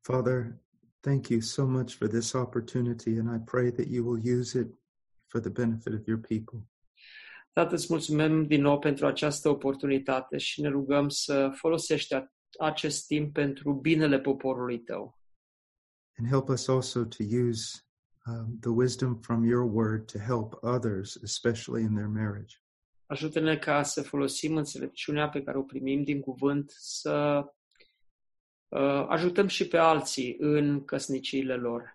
Father, thank you so much for this opportunity, and I pray that you will use it for the benefit of your people. Tată, îți mulțumim din nou pentru această oportunitate și ne rugăm să folosești a- acest timp pentru binele poporului tău. And help us also to use um, the wisdom from your word to help others, especially in their marriage. Ajută-ne ca să folosim înțelepciunea pe care o primim din cuvânt, să uh, ajutăm și pe alții în căsniciile lor.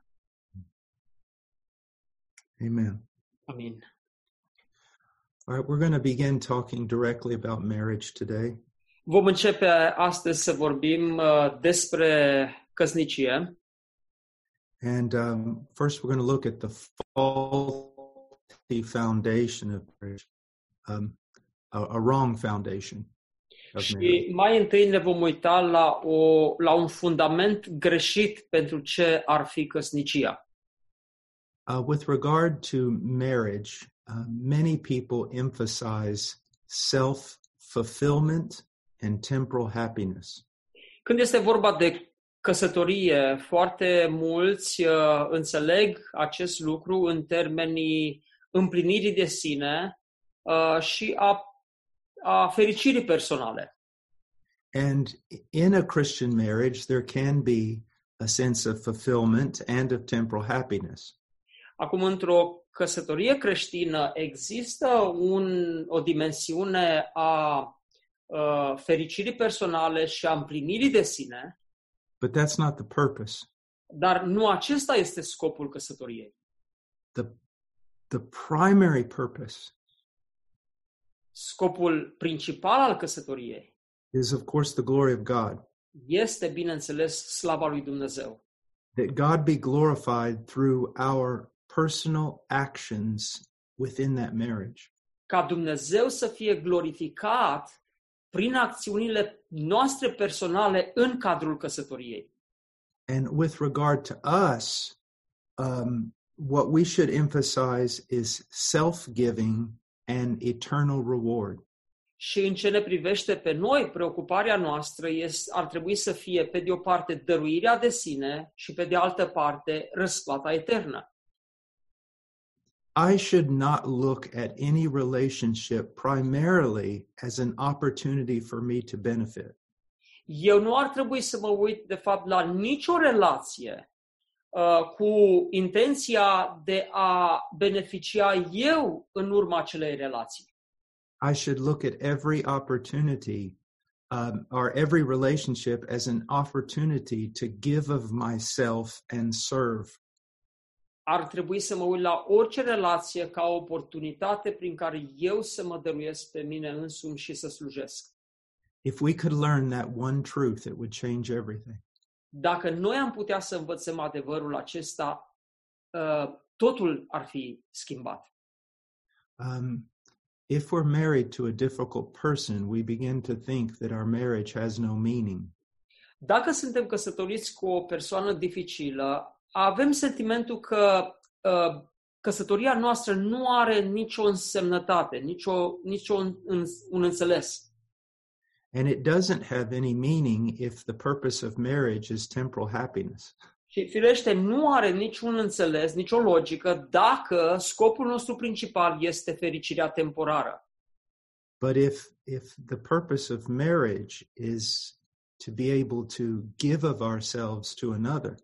Amen. Amin. All right, we're going to begin talking directly about marriage today. Vom începe astăzi să vorbim uh, despre căsnicie. And um, first, we're going to look at the faulty foundation of marriage, um, a, a wrong foundation of marriage. Și mai întâi ne vom uita la, o, la un fundament greșit pentru ce ar fi căsnicia. Uh, with regard to marriage, uh, many people emphasize self fulfillment and temporal happiness. Când este vorba de căsătorie, foarte mulți uh, înțeleg acest lucru în termenii împlinirii de sine uh, și a, a fericirii personale. And in a Christian marriage, there can be a sense of fulfillment and of temporal happiness. Acum, într-o căsătorie creștină există un, o dimensiune a uh, fericirii personale și a împlinirii de sine, But that's not the purpose. dar nu acesta este scopul căsătoriei. The, the primary purpose Scopul principal al căsătoriei is, of course, the glory of God, este, bineînțeles, slava lui Dumnezeu. that God be glorified through our personal actions within that marriage. Ca Dumnezeu să fie glorificat prin acțiunile noastre personale în cadrul căsătoriei. And with regard to us, um, what we should emphasize is self giving and eternal reward. Și în ce ne privește pe noi, preocuparea noastră este, ar trebui să fie, pe de o parte, dăruirea de sine și, pe de altă parte, răsplata eternă. I should not look at any relationship primarily as an opportunity for me to benefit. Eu nu ar trebui să mă uit, de fapt, la nicio relație uh, cu intenția de a beneficia eu în urma acelei relații. I should look at every opportunity um, or every relationship as an opportunity to give of myself and serve. ar trebui să mă uit la orice relație ca o oportunitate prin care eu să mă dăruiesc pe mine însumi și să slujesc. If we could learn that one truth, it would change everything. Dacă noi am putea să învățăm adevărul acesta, uh, totul ar fi schimbat. um, if we're married to a difficult person, we begin to think that our marriage has no meaning. Dacă suntem căsătoriți cu o persoană dificilă, avem sentimentul că uh, căsătoria noastră nu are nicio însemnătate, nicio, nicio un, un înțeles. And it doesn't have any meaning if the purpose of marriage is temporal happiness. Și firește, nu are niciun înțeles, nicio logică dacă scopul nostru principal este fericirea temporară. But if if the purpose of marriage is to be able to give of ourselves to another,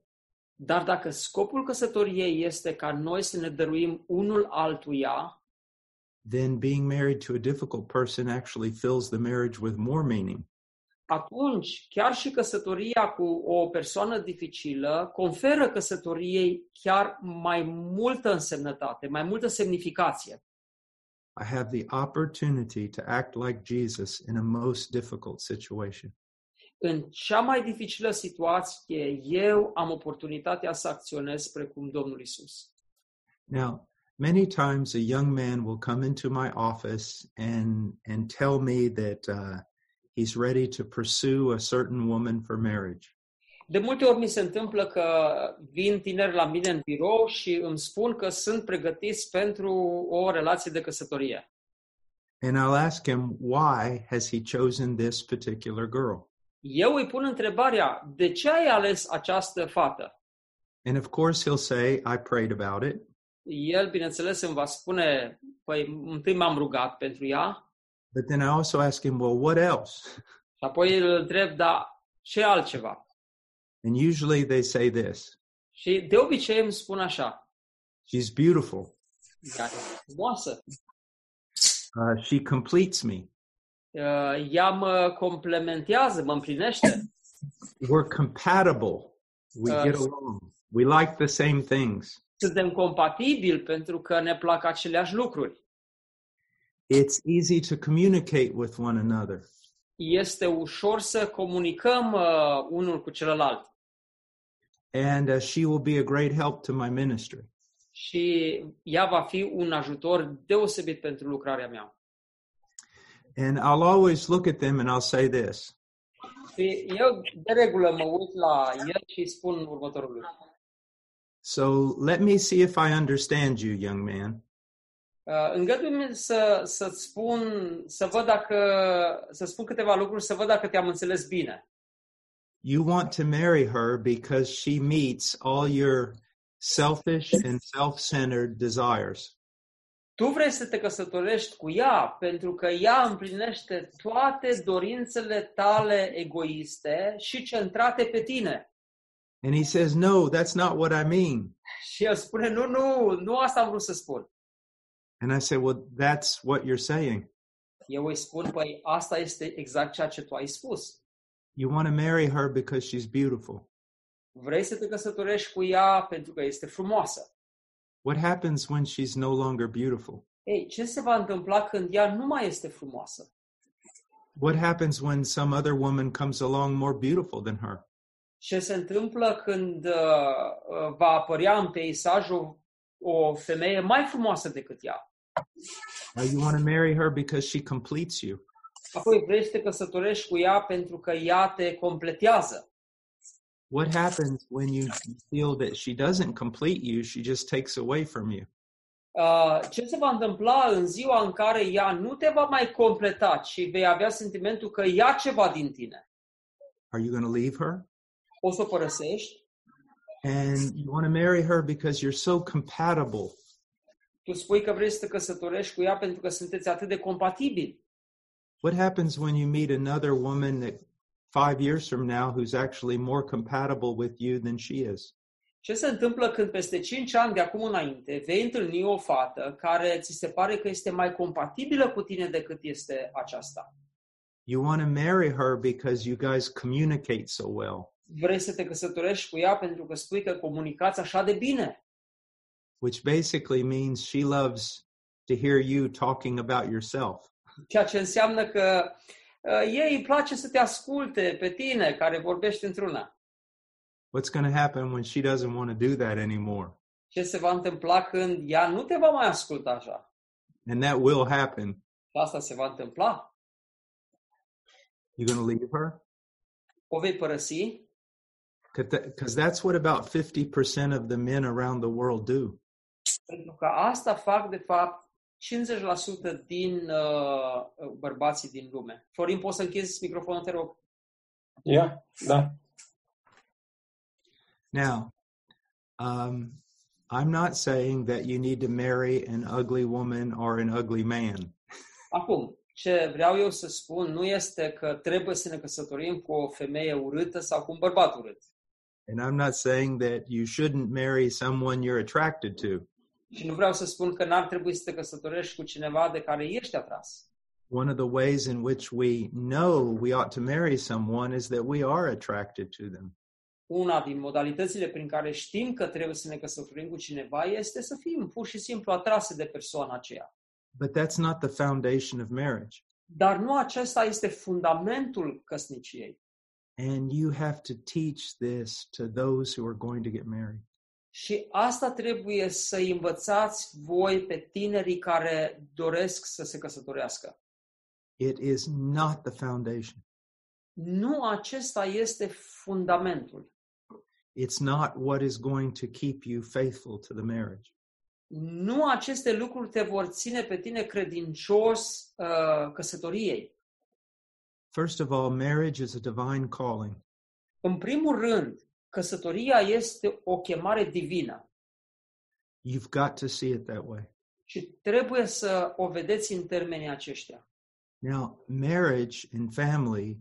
Dar dacă scopul căsătoriei este ca noi să ne dăruim unul altuia, then being married to a difficult person actually fills the marriage with more meaning. atunci chiar și căsătoria cu o persoană dificilă conferă căsătoriei chiar mai multă însemnătate, mai multă semnificație. I have the opportunity to act like Jesus in a most difficult situation. În cea mai dificilă situație, eu am oportunitatea să acționez precum Domnul Isus. Now, many times a young man will come into my office and and tell me that uh, he's ready to pursue a certain woman for marriage. De multe ori mi se întâmplă că vin tineri la mine în birou și îmi spun că sunt pregătiți pentru o relație de căsătorie. And I'll ask him, why has he chosen this particular girl? Eu îi pun întrebarea, de ce ai ales această fată? And of course, he'll say, I prayed about it. El, bineînțeles, îmi va spune, păi, întâi m-am rugat pentru ea But then I also ask him, well, what else? și apoi îl întreb, da, ce altceva? And usually they say this Și de obicei îmi spun așa, she's beautiful. ea e frumoasă, Uh, she completes me. uh, ea mă complementează, mă împlinește, We're compatible. We Uh, get along. We like the same things. suntem compatibili pentru că ne plac aceleași lucruri. It's easy to communicate with one another. Este ușor să comunicăm uh, unul cu celălalt And uh, she will be a great help to my ministry. și ea va fi un ajutor deosebit pentru lucrarea mea. And I'll always look at them and I'll say this Și eu, de regulă, mă uit la el și îi spun următorul lucru. So let me see if I understand you, young man. Uh, Îngăduie-mi să, să-ți spun, să văd dacă, să spun câteva lucruri, să văd dacă te-am înțeles bine. You want to marry her because she meets all your selfish and self centered desires. Tu vrei să te căsătorești cu ea pentru că ea împlinește toate dorințele tale egoiste și centrate pe tine. And he says, No, that's not what I mean. Și el spune, nu, nu, nu asta am vrut să spun. And I say, Well, that's what you're saying. Eu îi spun, păi asta este exact ceea ce tu ai spus. You want to marry her because she's beautiful. Vrei să te căsătorești cu ea pentru că este frumoasă. What happens when she's no longer beautiful? Ei, ce se va întâmpla când ea nu mai este frumoasă? What happens when some other woman comes along more beautiful than her? Ce se întâmplă când uh, uh, va apărea în peisaj o, o femeie mai frumoasă decât ea? Now you want to marry her because she completes you. Apoi vrei să te căsătorești cu ea pentru că ea te completează. What happens when you feel that she doesn't complete you, she just takes away from you? Uh, ce se va întâmpla în ziua în care ea nu te va mai completa și vei avea sentimentul că ia ceva din tine? Are you going to leave her? O să o părăsești, And you want to marry her because you're so compatible. tu spui că vrei să te căsătorești cu ea pentru că sunteți atât de compatibili. What happens when you meet another woman that five years from now who's actually more compatible with you than she is? Ce se întâmplă când peste 5 ani de acum înainte vei întâlni o fată care ți se pare că este mai compatibilă cu tine decât este aceasta? You want to marry her because you guys communicate so well, Vrei să te căsătorești cu ea pentru că spui că comunicați așa de bine, which basically means she loves to hear you talking about yourself. ceea ce înseamnă că uh, ei îi place să te asculte pe tine care vorbești într-una. What's going to happen when she doesn't want to do that anymore? Ce se va întâmpla când ea nu te va mai asculta așa? And that will happen. Și asta se va întâmpla. You going to leave her? O vei părăsi Because that's what about 50% of the men around the world do. pentru că asta fac de fapt 50% din uh, bărbații din lume. Florin, poți să închizi microfonul, te rog? Yeah, da. Now, um, I'm not saying that you need to marry an ugly woman or an ugly man. Acum, ce vreau eu să spun nu este că trebuie să ne căsătorim cu o femeie urâtă sau cu un bărbat urât. And I'm not saying that you shouldn't marry someone you're attracted to. Și nu vreau să spun că n-ar trebui să te căsătorești cu cineva de care ești atras. One of the ways in which we know we ought to marry someone is that we are attracted to them. Una din modalitățile prin care știm că trebuie să ne căsătorim cu cineva este să fim pur și simplu atrase de persoana aceea. But that's not the foundation of marriage. Dar nu acesta este fundamentul căsniciei. And you have to teach this to those who are going to get married. Și asta trebuie să învățați voi pe tinerii care doresc să se căsătorească. It is not the foundation. Nu acesta este fundamentul. It's not what is going to keep you faithful to the marriage. Nu aceste lucruri te vor ține pe tine credincios uh, căsătoriei. First of all, marriage is a divine calling. În primul rând, căsătoria este o chemare divină You've got to see it that way. și trebuie să o vedeți în termenii aceștia. Now, marriage and family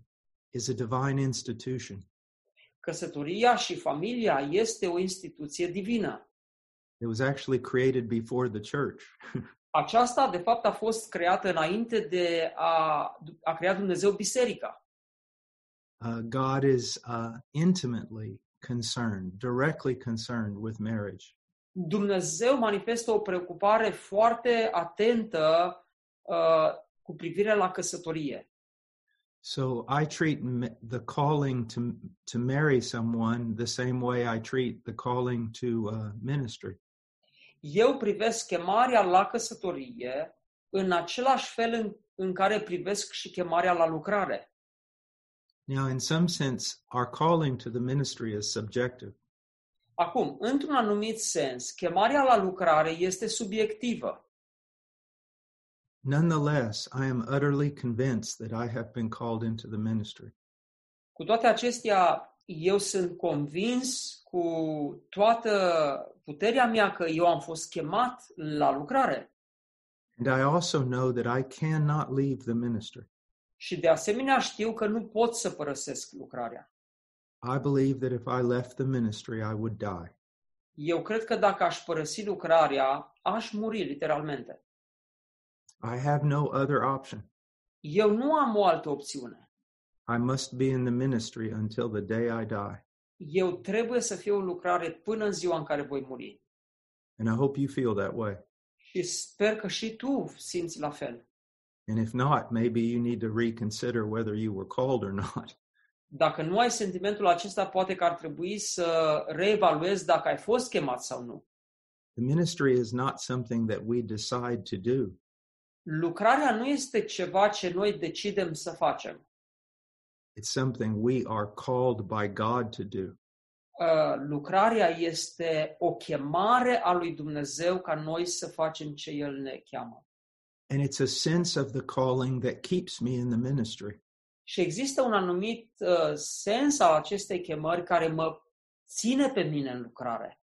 is a divine institution. Căsătoria și familia este o instituție divină. It was actually created before the church. Aceasta, de fapt, a fost creată înainte de a, a crea Dumnezeu biserica. Uh, God is uh, intimately concerned, directly concerned with marriage. Dumnezeu manifestă o preocupare foarte atentă uh, cu privire la căsătorie. So I treat m- the calling to to marry someone the same way I treat the calling to uh, ministry. Eu privesc chemarea la căsătorie în același fel în, în care privesc și chemarea la lucrare. Now, in some sense, our calling to the ministry is subjective. Acum, într-un anumit sens, chemarea la lucrare este subiectivă. Nonetheless, I am utterly convinced that I have been called into the ministry. Cu toate acestea, eu sunt convins cu toată puterea mea că eu am fost chemat la lucrare. And I also know that I cannot leave the ministry. Și de asemenea știu că nu pot să părăsesc lucrarea. I believe that if I left the ministry, I would die. Eu cred că dacă aș părăsi lucrarea, aș muri literalmente. I have no other option. Eu nu am o altă opțiune. I must be in the ministry until the day I die. Eu trebuie să fiu în lucrare până în ziua în care voi muri. And I hope you feel that way. Și sper că și tu simți la fel. And if not, maybe you need to reconsider whether you were called or not. dacă nu ai sentimentul acesta, poate că ar trebui să reevaluezi dacă ai fost chemat sau nu. The ministry is not something that we decide to do. Lucrarea nu este ceva ce noi decidem să facem. It's something we are called by God to do. Uh, Lucrarea este o chemare a lui Dumnezeu ca noi să facem ce El ne cheamă. And it's a sense of the calling that keeps me in the ministry. Și există un anumit uh, sens al acestei chemări care mă ține pe mine în lucrare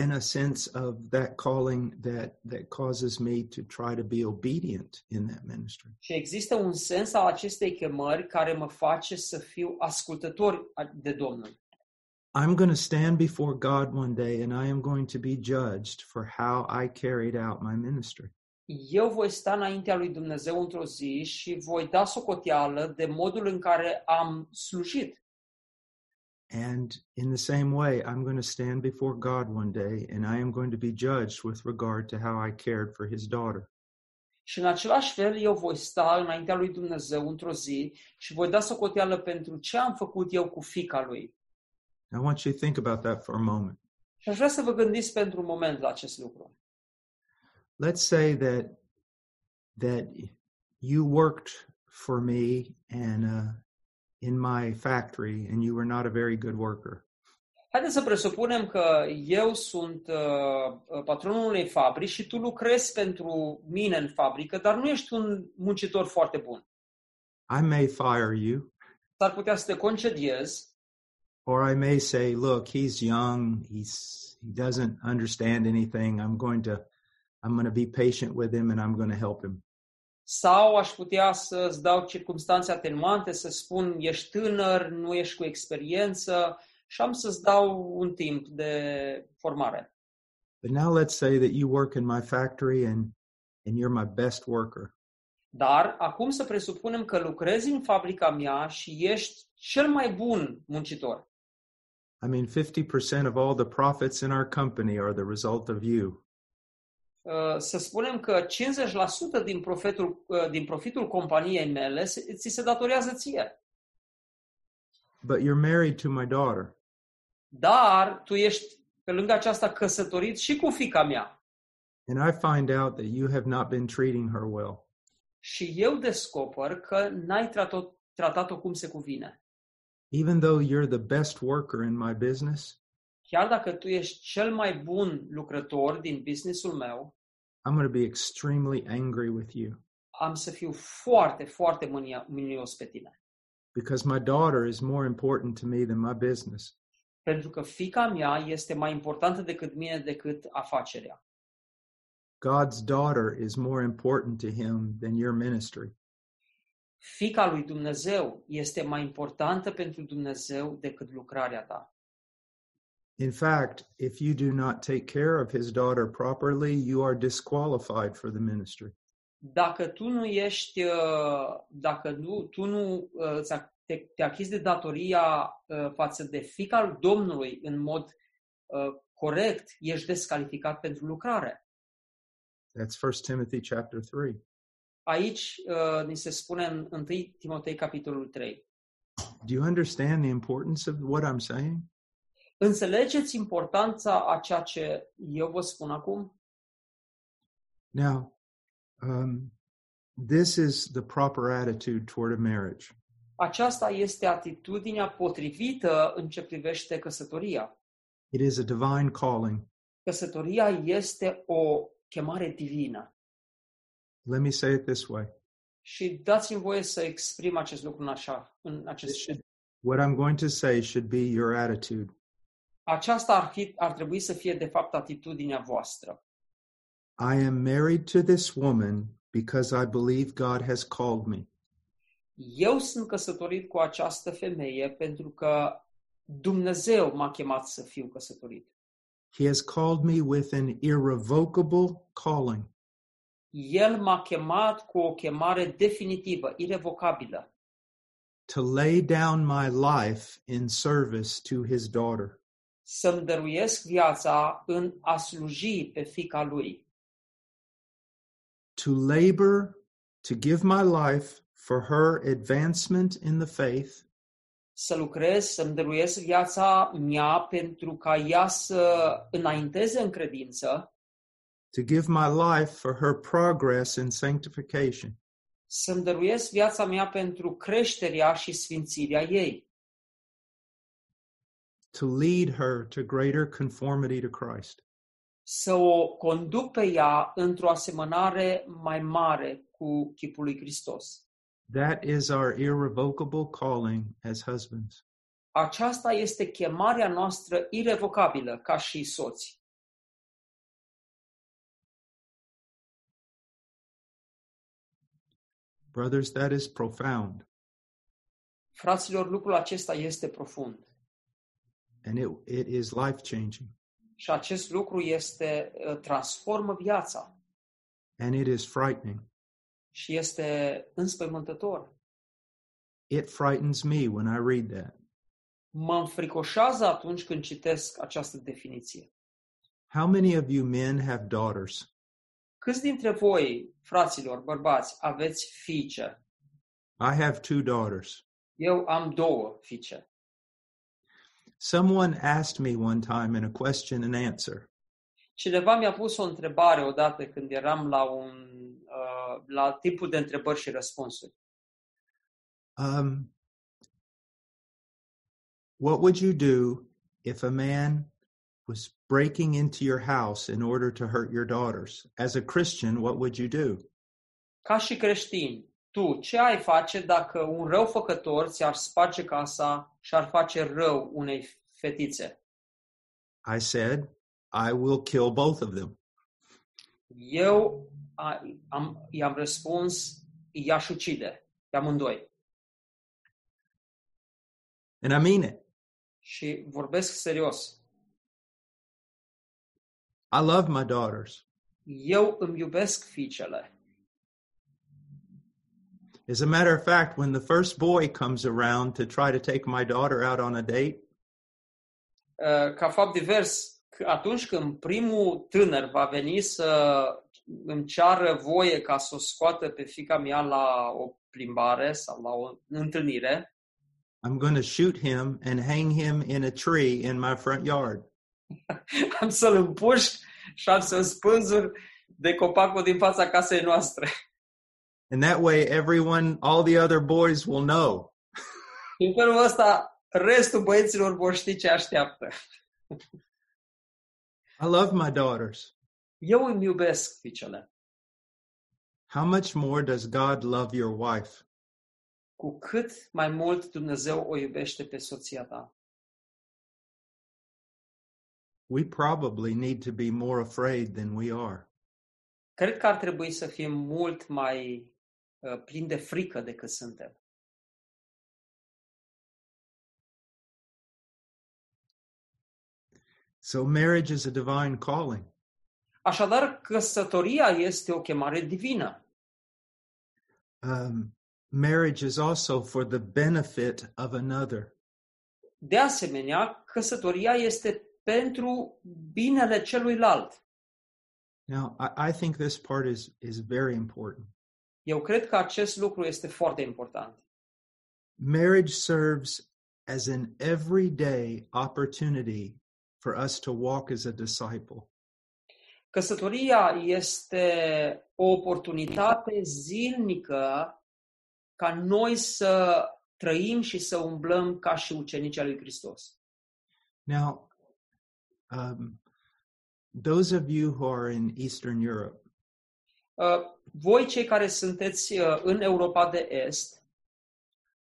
and a sense of that calling that that causes me to try to be obedient in that ministry. și există un sens al acestei chemări care mă face să fiu ascultător de Domnul. I'm going to stand before God one day and I am going to be judged for how I carried out my ministry. eu voi sta înaintea lui Dumnezeu într-o zi și voi da socoteală de modul în care am slujit. And in the same way, I'm going to stand before God one day and I am going to be judged with regard to how I cared for his daughter. Și în același fel eu voi sta înaintea lui Dumnezeu într-o zi și voi da socoteală pentru ce am făcut eu cu fica lui. I want you to think about that for a moment. Și aș vrea să vă gândiți pentru un moment la acest lucru. Let's say that that you worked for me and uh, in my factory and you were not a very good worker. Haideți să presupunem că eu sunt uh, patronul unei fabrici și tu lucrezi pentru mine în fabrică, dar nu ești un muncitor foarte bun. I may fire you S-ar putea să te concediezi or I may say, look, he's young, he's he doesn't understand anything. I'm going to I'm going to be patient with him and I'm going to help him. Sau aș putea să-ți dau circumstanțe atenuante, să spun ești tânăr, nu ești cu experiență și am să-ți dau un timp de formare. But now let's say that you work in my factory and and you're my best worker. Dar acum să presupunem că lucrezi în fabrica mea și ești cel mai bun muncitor. I mean, 50% of all the profits in our company are the result of you. Uh, Să spunem că 50% din profitul, uh, din profitul companiei mele se- ți se datorează ție. but you're married to my daughter. Dar tu ești pe lângă aceasta căsătorit și cu fica mea. And I find out that you have not been treating her well. Și eu descoper că n-ai tratat-o, tratat-o cum se cuvine. Even though you're the best worker in my business, Chiar dacă tu ești cel mai bun lucrător din businessul meu, I'm going to be extremely angry with you am să fiu foarte, foarte mânia- mânios pe tine. because my daughter is more important to me than my business. Pentru că fica mea este mai importantă decât mine, decât afacerea. God's daughter is more important to him than your ministry. Fica lui Dumnezeu este mai importantă pentru Dumnezeu decât lucrarea ta. In fact, if you do not take care of his daughter properly, you are disqualified for the ministry. Dacă tu nu ești, uh, dacă nu, tu nu uh, ți-a- te, te achizi de datoria uh, față de fica lui Domnului în mod uh, corect, ești descalificat pentru lucrare. That's 1 Timothy chapter 3. Aici uh, ni se spune în 1 Timotei capitolul 3. Do you understand the importance of what I'm saying? Înțelegeți importanța a ceea ce eu vă spun acum? Now, um, this is the proper attitude toward a marriage. Aceasta este atitudinea potrivită în ce privește căsătoria. It is a divine calling. Căsătoria este o chemare divină. Let me say it this way Și dați-mi voie să exprim acest lucru în, așa, în acest fel. What I'm going to say should be your attitude. Aceasta ar, fi, ar trebui să fie, de fapt, atitudinea voastră. I am married to this woman because I believe God has called me. Eu sunt căsătorit cu această femeie pentru că Dumnezeu m-a chemat să fiu căsătorit. He has called me with an irrevocable calling. El m-a chemat cu o chemare definitivă, irrevocabilă. to lay down my life in service to his daughter. să-mi dăruiesc viața în a sluji pe fica lui, To labor, to give my life for her advancement in the faith, să lucrez, să-mi dăruiesc viața mea pentru ca ea să înainteze în credință, to give my life for her progress in sanctification, să-mi dăruiesc viața mea pentru creșterea și sfințirea ei, to lead her to greater conformity to Christ. să o conduc pe ea într-o asemănare mai mare cu chipul lui Hristos. That is our irrevocable calling as husbands. Aceasta este chemarea noastră irevocabilă ca și soți. Brothers, that is profound. Fraților, lucrul acesta este profund. And it, it is life changing. Și acest lucru este uh, transformă viața And it is frightening. și este înspăimântător. It frightens me when I read that. Mă înfricoșează atunci când citesc această definiție. How many of you men have daughters? Câți dintre voi, fraților, bărbați, aveți fiice? I have two daughters. Eu am două fiice. Someone asked me one time in a question and answer, Cineva mi-a pus o întrebare odată când eram la un uh, la timpul de întrebări și răspunsuri. um, What would you do if a man was breaking into your house in order to hurt your daughters? As a Christian, what would you do? Ca și creștin, tu ce ai face dacă un răufăcător ți-ar sparge casa și ar face rău unei fetițe? I said, I will kill both of them. Eu a, am, i-am răspuns, i-aș ucide pe amândoi. And I mean it. Și vorbesc serios. I love my daughters. Eu îmi iubesc fiicele. As a matter of fact, when the first boy comes around to try to take my daughter out on a date, Uh, Ca fapt divers, c- atunci când primul tânăr va veni să îmi ceară voie ca să o scoată pe fica mea la o plimbare sau la o întâlnire, I'm going to shoot him and hang him in a tree in my front yard. Am să-l împușc și am să-l spânzur de copacul din fața casei noastre. And that way, everyone, all the other boys will know. Și în felul ăsta, restul băieților vor ști ce așteaptă. I love my daughters. Eu îmi iubesc, fiicele. How much more does God love your wife? Cu cât mai mult Dumnezeu o iubește pe soția ta. We probably need to be more afraid than we are. Cred că ar trebui să fim mult mai uh, plini de frică decât suntem. So, marriage is a divine calling. Așadar, căsătoria este o chemare divină. Um, marriage is also for the benefit of another. De asemenea, căsătoria este pentru binele celuilalt. Now, I, I think this part is, is very important. Eu cred că acest lucru este foarte important. Marriage serves as an everyday opportunity for us to walk as a disciple. Căsătoria este o oportunitate zilnică ca noi să trăim și să umblăm ca și ucenicii al lui Hristos. Now, um, those of you who are in Eastern Europe, Uh, Voi, cei care sunteți uh, în Europa de Est,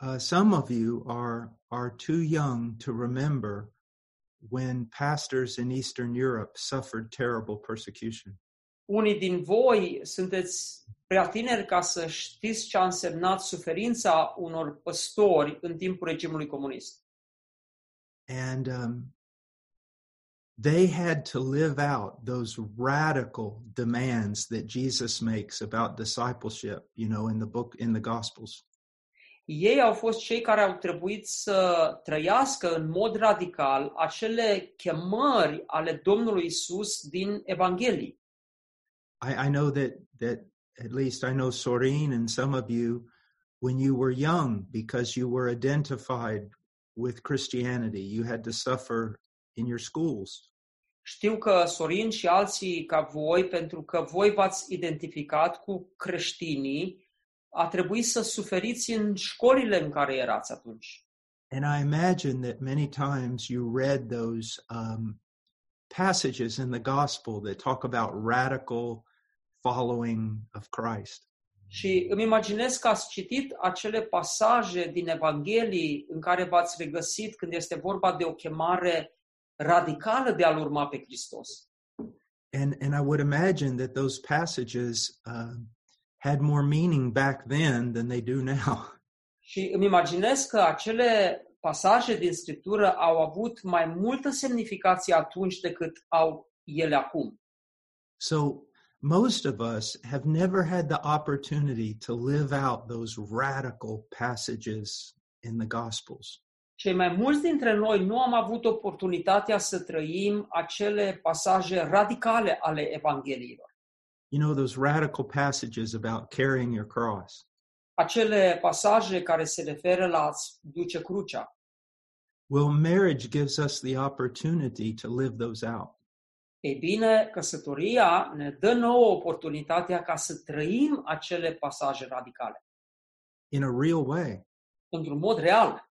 uh, some of you are are too young to remember when pastors in Eastern Europe suffered terrible persecution. unii din voi sunteți prea tineri ca să știți ce a însemnat suferința unor păstori în timpul regimului comunist. and um, they had to live out those radical demands that Jesus makes about discipleship, you know, in the book, in the Gospels. Ei au fost cei care au trebuit să trăiască în mod radical acele chemări ale Domnului Isus din Evanghelii. I, I know that that at least I know Soreen and some of you, when you were young, because you were identified with Christianity, you had to suffer in your schools. Știu că Sorin și alții ca voi, pentru că voi v-ați identificat cu creștinii, a trebuit să suferiți în școlile în care erați atunci. And I imagine that many times you read those um, passages in the gospel that talk about radical following of Christ. Și îmi imaginez că ați citit acele pasaje din Evanghelii în care v-ați regăsit când este vorba de o chemare radicală de a-L urma pe Hristos. And, and I would imagine that those passages um had more meaning back then than they do now. Și îmi imaginez că acele pasaje din Scriptură au avut mai multă semnificație atunci decât au ele acum. So most of us have never had the opportunity to live out those radical passages in the gospels. Cei mai mulți dintre noi nu am avut oportunitatea să trăim acele pasaje radicale ale Evangheliilor. You know, those radical passages about carrying your cross. Acele pasaje care se referă la a-ți duce crucea. Well, marriage gives us the opportunity to live those out. Ei bine, căsătoria ne dă nouă oportunitatea ca să trăim acele pasaje radicale, in a real way. într-un mod real.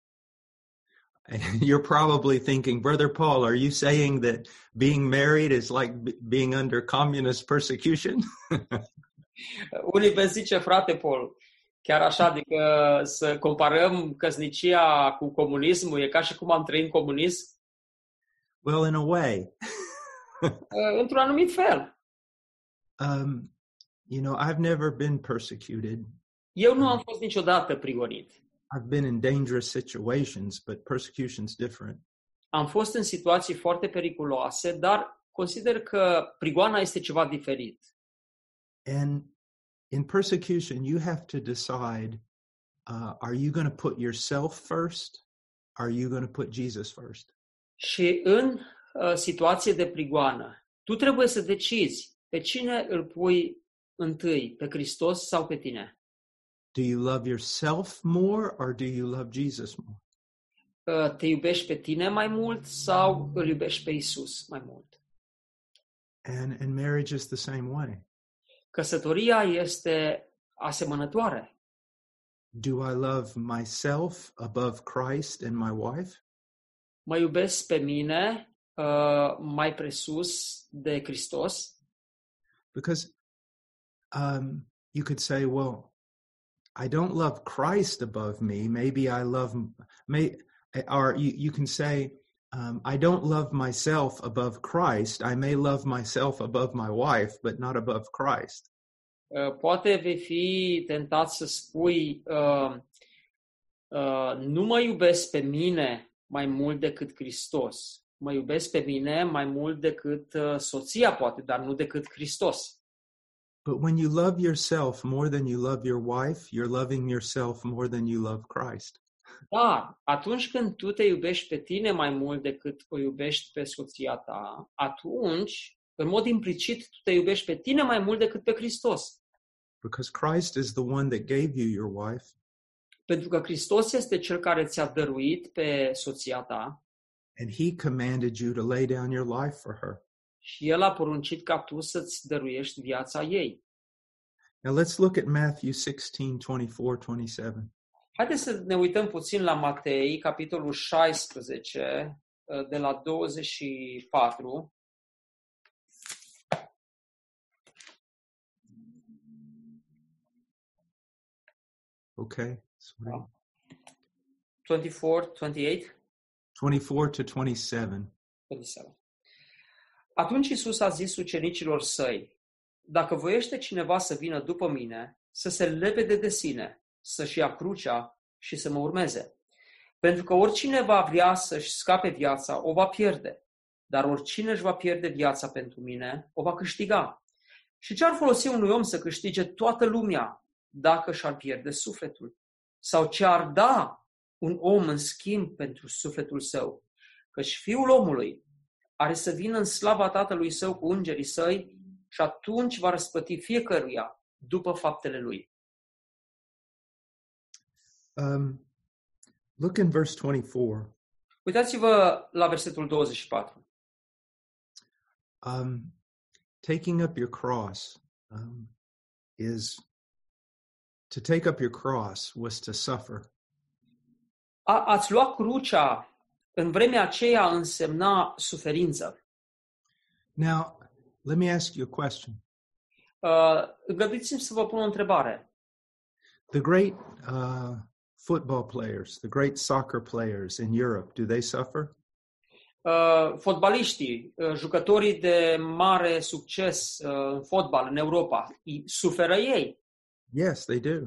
And you're probably thinking, Brother Paul, are you saying that being married is like b- being under communist persecution? Unii vă zice, frate Paul, chiar așa, adică să comparăm căsnicia cu comunismul, e ca și cum am trăit în comunism, well, in a way. Uh, într-un anumit fel. Um, you know, I've never been persecuted. Eu nu am fost niciodată prigonit. I've been in dangerous situations, but persecution's different. Am fost în situații foarte periculoase, dar consider că prigoana este ceva diferit. And in persecution, you have to decide uh, are you going to put yourself first? Are you going to put Jesus first? Și în uh, situație de prigoană, tu trebuie să decizi pe cine îl pui întâi, pe Hristos sau pe tine. Do you love yourself more or do you love Jesus more? uh, te iubești pe tine mai mult sau îl iubești pe Isus mai mult. And, and marriage is the same way. Căsătoria este asemănătoare. Do I love myself above Christ and my wife? Mă iubesc pe mine uh, mai presus de Hristos, Because um, you could say, well, I don't love Christ above me. Maybe I love, may, or you, you can say, um, I don't love myself above Christ. I may love myself above my wife, but not above Christ. Uh, poate vei fi tentat să spui uh, uh, nu mă iubesc pe mine mai mult decât Hristos. Mă iubesc pe mine mai mult decât uh, soția, poate, dar nu decât Hristos. But when you love yourself more than you love your wife, you're loving yourself more than you love Christ. Dar atunci când tu te iubești pe tine mai mult decât o iubești pe soția ta, atunci, în mod implicit, tu te iubești pe tine mai mult decât pe Hristos. Because Christ is the one that gave you your wife, Pentru că Hristos este cel care ți-a dăruit pe soția ta, and He commanded you to lay down your life for her. Și El a poruncit ca tu să-ți dăruiești viața ei. Now let's look at Matthew 16, 24, 27. Haideți să ne uităm puțin la Matei, capitolul 16, de la 24. Okay. sorry. Yeah. 24, 28? 24 to 27. 27. Atunci Isus a zis ucenicilor săi, dacă voiește cineva să vină după mine, să se lepede de sine, să-și ia crucea și să mă urmeze. Pentru că oricine va vrea să-și scape viața, o va pierde. Dar oricine își va pierde viața pentru mine, o va câștiga. Și ce ar folosi unui om să câștige toată lumea dacă și-ar pierde sufletul? Sau ce ar da un om în schimb pentru sufletul său? Căci fiul omului are să vină în slava Tatălui Său cu îngerii săi și atunci va răspăti fiecăruia după faptele lui. Um, look in verse 24. Uitați-vă la versetul 24. Um, taking up your cross um, is to take up your cross was to suffer. A, ați luat crucea în vremea aceea însemna suferință. Now, let me ask you a question. Uh, îngăduiți-mi să vă pun o întrebare. The great uh, football players, the great soccer players in Europe, do they suffer? Uh, fotbaliștii, uh, jucătorii de mare succes uh, în fotbal în Europa, i- suferă ei? Yes, they do.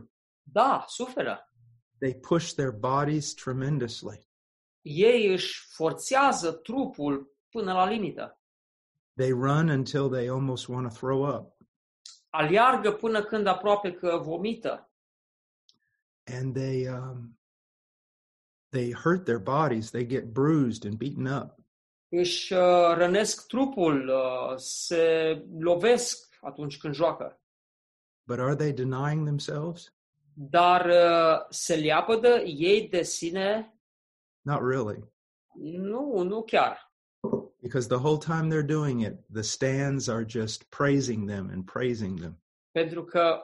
Da, suferă. They push their bodies tremendously. Ei își forțează trupul până la limită. They run until they almost want to throw up. Aleargă până când aproape că vomită. and they um, they hurt their bodies. They get bruised and beaten up. Își uh, rănesc trupul, uh, se lovesc atunci când joacă. But are they denying themselves? dar uh, se leapădă ei de sine? Not really, Nu, nu chiar. because the whole time they're doing it, the stands are just praising them and praising them. Pentru că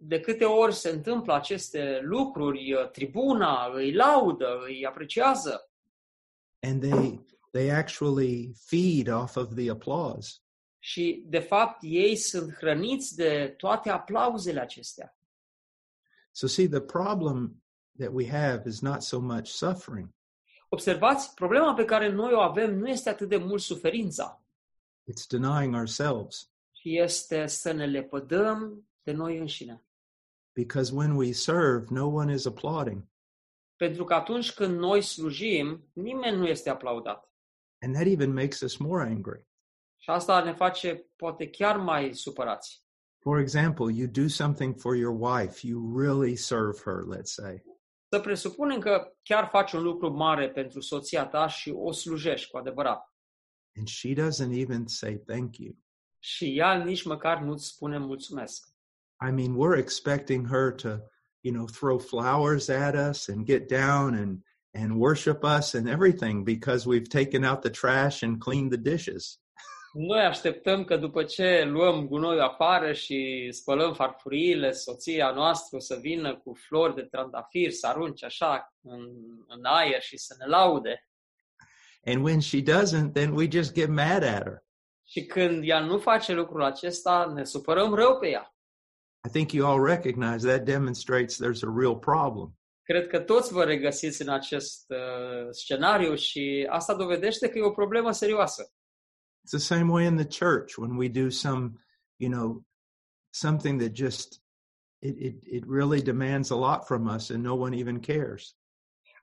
de câte ori se întâmplă aceste lucruri, uh, tribuna îi laudă, îi apreciază And they they actually feed off of the applause. și, de fapt, ei sunt hrăniți de toate aplauzele acestea. So see, the problem that we have is not so much suffering; Observați, problema pe care noi o avem nu este atât de mult suferința, it's denying ourselves. ci este să ne lepădăm de noi înșine. Because when we serve, no one is applauding, Pentru că atunci când noi slujim, nimeni nu este aplaudat. and that even makes us more angry. Și asta ne face poate chiar mai supărați. For example, you do something for your wife, you really serve her, let's say. Să presupunem că chiar faci un lucru mare pentru soția ta și o slujești cu adevărat. And she doesn't even say thank you. Și ea nici măcar nu-ți spune mulțumesc. I mean, we're expecting her to, you know, throw flowers at us and get down and and worship us and everything because we've taken out the trash and cleaned the dishes. Noi așteptăm că după ce luăm gunoiul afară și spălăm farfuriile, soția noastră o să vină cu flori de trandafir, să arunce așa în, în aer și să ne laude. And when she doesn't, then we just get mad at her. Și când ea nu face lucrul acesta, ne supărăm rău pe ea. I think you all recognize that demonstrates there's a real problem. Cred că toți vă regăsiți în acest uh, scenariu și asta dovedește că e o problemă serioasă. It's the same way in the church when we do some, you know, something that just it it, it really demands a lot from us and no one even cares.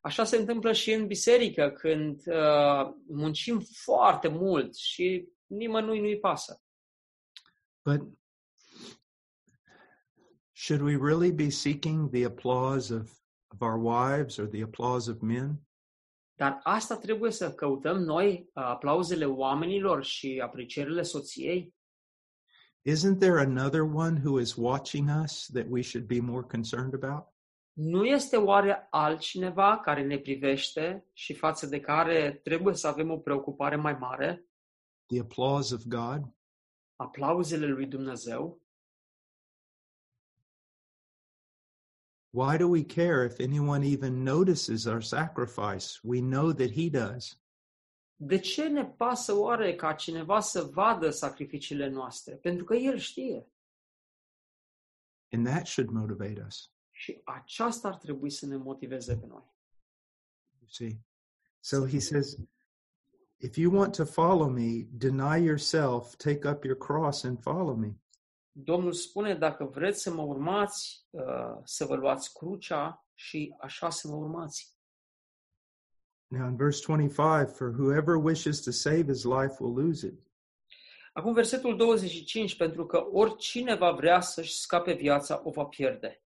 Așa se întâmplă și în biserică, când uh, muncim foarte mult și nimănui nu-i pasă. But should we really be seeking the applause of, of our wives or the applause of men? Dar asta trebuie să căutăm noi, uh, aplauzele oamenilor și aprecierile soției? Isn't there another one who is watching us that we should be more concerned about? Nu este oare altcineva care ne privește și față de care trebuie să avem o preocupare mai mare? The applause of God? Aplauzele lui Dumnezeu? Why do we care if anyone even notices our sacrifice? We know that He does. De ce ne pasă oare ca cineva să vadă sacrificiile noastre? Pentru că El știe. And that should motivate us, Și aceasta ar trebui să ne motiveze pe noi. you see. So He says, if you want to follow me, deny yourself, take up your cross, and follow me. Domnul spune, dacă vreți să mă urmați, uh, să vă luați crucea și așa să mă urmați. Now, in verse 25, for whoever wishes to save his life will lose it, Acum versetul 25, pentru că oricine va vrea să-și scape viața, o va pierde.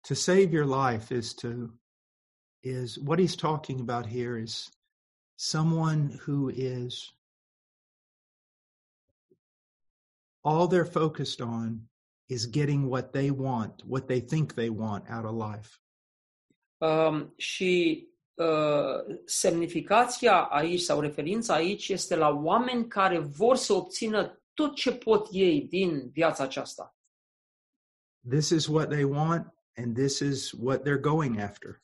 to save your life is to is what he's talking about here is someone who is all they're focused on is getting what they want what they think they want out of life Um, și uh, semnificația aici sau referința aici este la oameni care vor să obțină tot ce pot ei din viața aceasta. this is what they want and this is what they're going after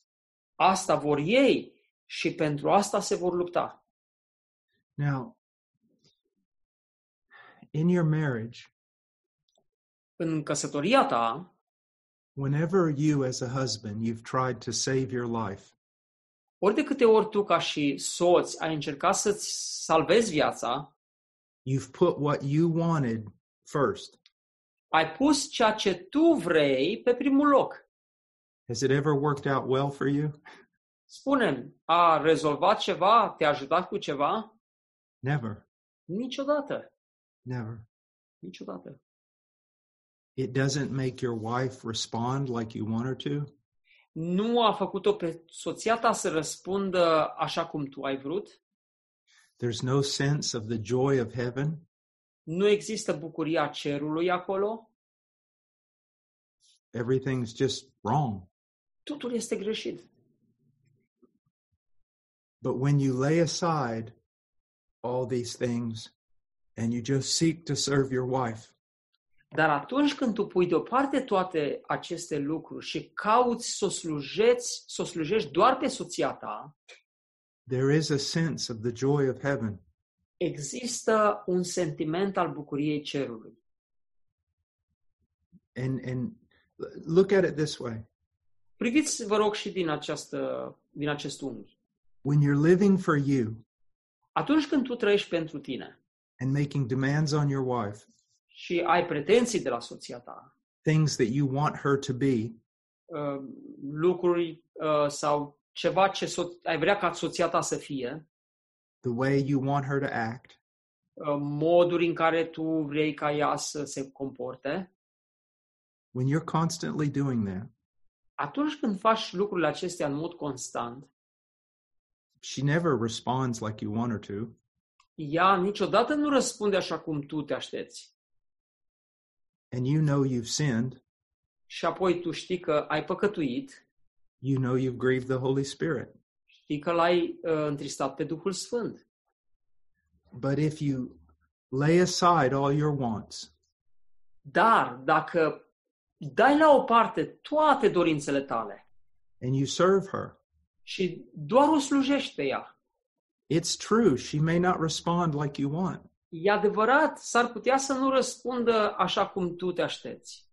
Asta vor ei și pentru asta se vor lupta. now in your marriage În căsătoria ta, whenever you as a husband you've tried to save your life ori de câte ori tu ca și soț ai încercat să-ți salvezi viața, you've put what you wanted first. ai pus ceea ce tu vrei pe primul loc. Has it ever worked out well for you? Spune-mi, a rezolvat ceva? Te-a ajutat cu ceva? Never, Niciodată. never. Niciodată. It doesn't make your wife respond like you want her to. Nu a făcut-o pe soția ta să răspundă așa cum tu ai vrut? There's no sense of the joy of heaven. Nu există bucuria cerului acolo? Everything's just wrong. Totul este greșit. But when you lay aside all these things and you just seek to serve your wife, Dar atunci când tu pui deoparte toate aceste lucruri și cauți să o slujeți, să o slujești doar pe soția ta, there is a sense of the joy of heaven. există un sentiment al bucuriei cerului. And and uh, look at it this way. Priviți, vă rog, și din, această, din acest unghi. When you're living for you Atunci când tu trăiești pentru tine and making demands on your wife, și ai pretenții de la soția ta, things that you want her to be, uh, lucruri uh, sau ceva ce so- ai vrea ca soția ta să fie, the way you want her to act, uh, moduri în care tu vrei ca ea să se comporte, when you're constantly doing that, atunci când faci lucrurile acestea în mod constant, she never responds like you want her to. ea niciodată nu răspunde așa cum tu te aștepți. And you know you've sinned. Și apoi tu știi că ai păcătuit, you know you've grieved the Holy Spirit. Știi că l-ai uh, întristat pe Duhul Sfânt. But if you lay aside all your wants Dar dacă dai la o parte toate dorințele tale and you serve her, și doar o slujești pe ea, it's true, she may not respond like you want, e adevărat, s-ar putea să nu răspundă așa cum tu te aștepți.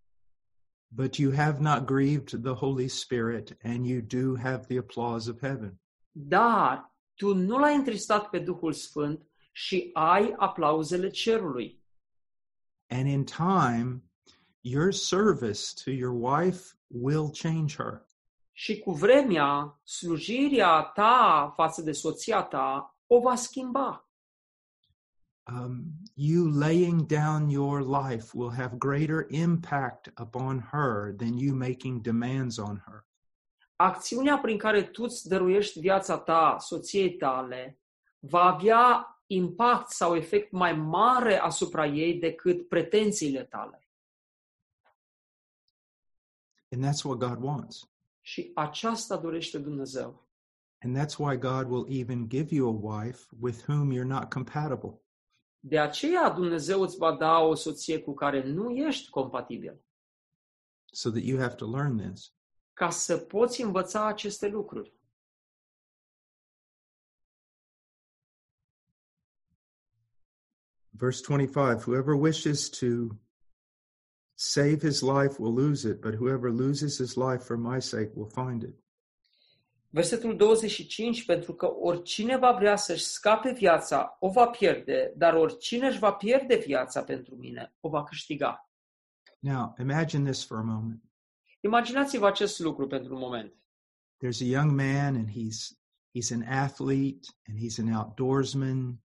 but you have not grieved the Holy Spirit and you do have the applause of heaven. Dar tu nu l-ai întristat pe Duhul Sfânt și ai aplauzele cerului. And in time, your service to your wife will change her. Și cu vremea, slujirea ta față de soția ta o va schimba. Um, you laying down your life will have greater impact upon her than you making demands on her. Acțiunea prin care tu îți dăruiești viața ta, soției tale, va avea impact sau efect mai mare asupra ei decât pretențiile tale. And that's what God wants. Și aceasta dorește Dumnezeu. And that's why God will even give you a wife with whom you're not compatible. De aceea Dumnezeu îți va da o soție cu care nu ești compatibil, So that you have to learn this. ca să poți învăța aceste lucruri. Verse 25 Whoever wishes to save his life will lose it, but whoever loses his life for my sake will find it. Versetul 25, pentru că oricine va vrea să-și scape viața, o va pierde, dar oricine își va pierde viața pentru mine, o va câștiga. Now, imagine this for a moment. Imaginați-vă acest lucru pentru un moment. There's a young man and he's he's an athlete and he's an outdoorsman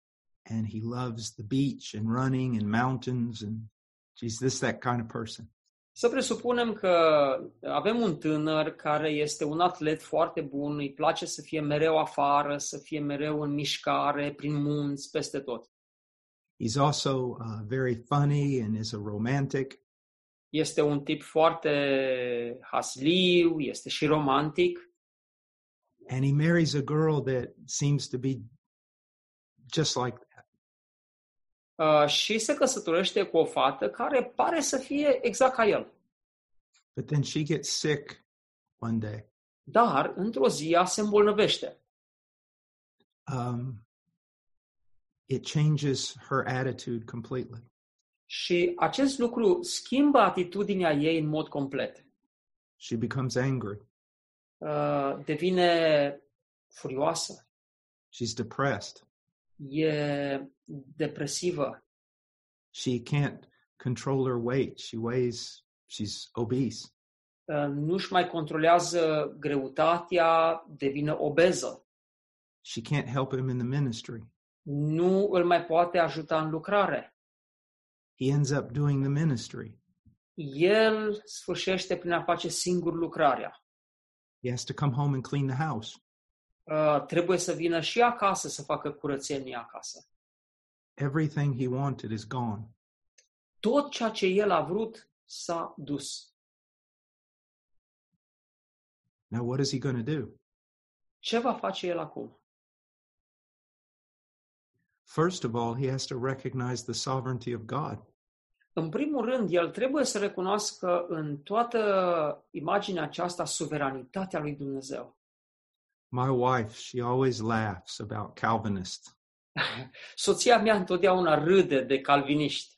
and he loves the beach and running and mountains and he's this that kind of person. Să presupunem că avem un tânăr care este un atlet foarte bun, îi place să fie mereu afară, să fie mereu în mișcare, prin munți, peste tot. He's also uh, very funny and is a romantic. Este un tip foarte hasliu, este și romantic, and he marries a girl that seems to be just like that. Uh, și se căsătorește cu o fată care pare să fie exact ca el. But then she gets sick one day. Dar, într-o zi, ea se îmbolnăvește. Um, it changes her attitude completely. Și acest lucru schimbă atitudinea ei în mod complet. She becomes angry. Uh, Devine furioasă, She's depressed. e depresivă, She can't control her weight. She weighs, she's obese. uh, nu-și mai controlează greutatea, devine obeză, She can't help him in the ministry. nu îl mai poate ajuta în lucrare. He ends up doing the ministry. El sfârșește prin a face singur lucrarea. He has to come home and clean the house. Uh, trebuie să vină și acasă să facă curățenie acasă. Everything he wanted is gone. Tot ceea ce el a vrut s-a dus. Now, what is he going to do? Ce va face el acum? First of all, he has to recognize the sovereignty of God. În primul rând, el trebuie să recunoască în toată imaginea aceasta suveranitatea lui Dumnezeu. My wife, she always laughs about Calvinists. Soția mea întotdeauna râde de calviniști.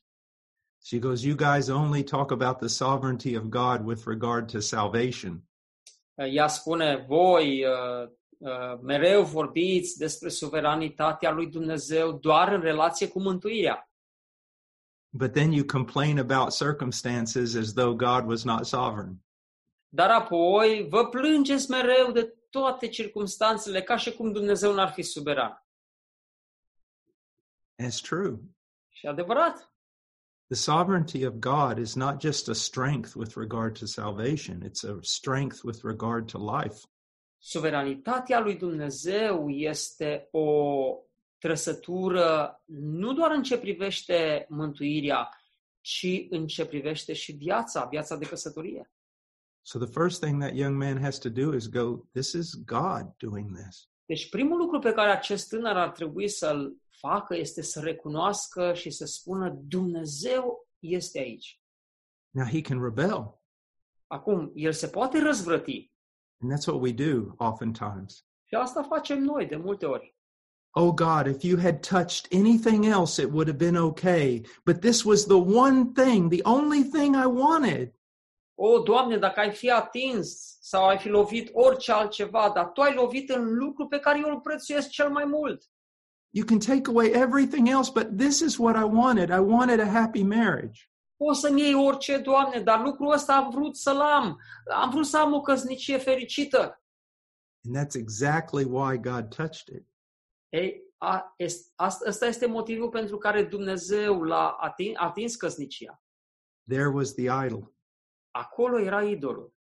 She goes, You guys only talk about the sovereignty of God with regard to salvation. Uh, Ea spune, voi uh, uh, mereu vorbiți despre suveranitatea lui Dumnezeu doar în relație cu mântuirea. But then you complain about circumstances as though God was not sovereign. Dar apoi vă plângeți mereu de toate circumstanțele, ca și cum Dumnezeu n-ar fi suveran. And it's true. Și adevărat, The sovereignty of God is not just a strength with regard to salvation, it's a strength with regard to life. suveranitatea lui Dumnezeu este o trăsătură nu doar în ce privește mântuirea, ci în ce privește și viața, viața de căsătorie. So the first thing that young man has to do is go, This is God doing this. Deci primul lucru pe care acest tânăr ar trebui să-l facă este să recunoască și să spună Dumnezeu este aici. Now he can rebel. Acum, el se poate răzvrăti And that's what we do oftentimes. și asta facem noi de multe ori. Oh God, if you had touched anything else, it would have been okay. But this was the one thing, the only thing I wanted. O, Doamne, dacă ai fi atins sau ai fi lovit orice altceva, dar Tu ai lovit în lucru pe care eu îl prețuiesc cel mai mult. You can take away everything else, but this is what I wanted. I wanted a happy marriage. Poți să-mi iei orice, Doamne, dar lucrul ăsta am vrut să-l am. Am vrut să am o căsnicie fericită. And that's exactly why God touched it. Ei, a, est, asta, asta este motivul pentru care Dumnezeu l-a atins, atins căsnicia. There was the idol. Acolo era idolul.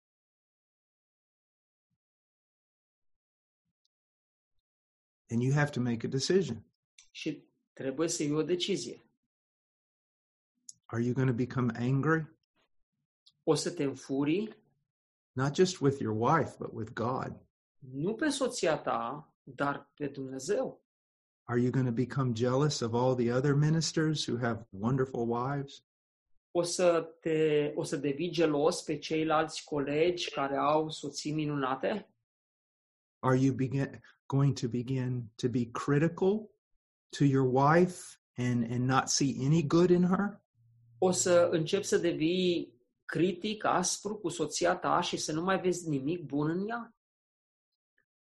And you have to make a decision. Și trebuie să iei o decizie. Are you going to become angry? O să te înfurii Not just with your wife, but with God. nu pe soția ta, dar pe Dumnezeu. Are you going to become jealous of all the other ministers who have wonderful wives? O să, te, o să devii gelos pe ceilalți colegi care au soții minunate? Are you begin, going to begin to be critical to your wife and, and not see any good in her? O să începi să devii critic, aspru cu soția ta și să nu mai vezi nimic bun în ea?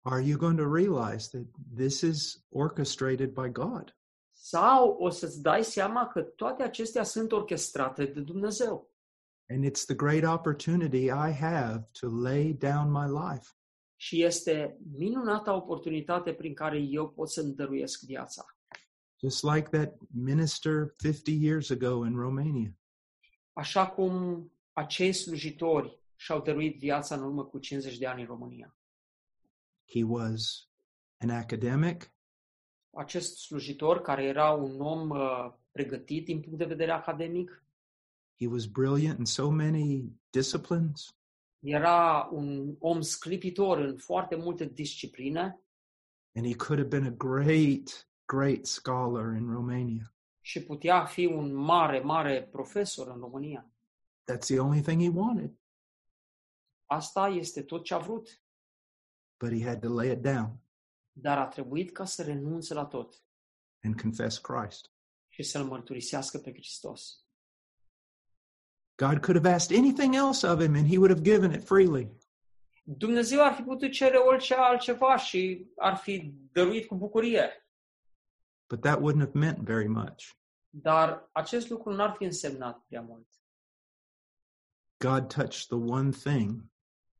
Are you going to realize that this is orchestrated by God? Sau o să-ți dai seama că toate acestea sunt orchestrate de Dumnezeu? And it's the great opportunity I have to lay down my life. Și este minunata oportunitate prin care eu pot să-mi dăruiesc viața. Just like that minister 50 years ago in Romania. așa cum acei slujitori și-au dăruit viața în urmă cu 50 de ani în România. He was an academic, Acest slujitor, care era un om uh, pregătit din punct de vedere academic, he was brilliant in so many disciplines, era un om sclipitor în foarte multe discipline and he could have been a great, great scholar in Romania. și putea fi un mare, mare profesor în România. That's the only thing he wanted, Asta este tot ce a vrut, but he had to lay it down dar a trebuit ca să renunțe la tot and confess Christ. și să-L mărturisească pe Hristos. God could have asked anything else of him and he would have given it freely. Dumnezeu ar fi putut cere orice altceva și ar fi dăruit cu bucurie. but that wouldn't have meant very much. Dar acest lucru n-ar fi însemnat prea mult. God touched the one thing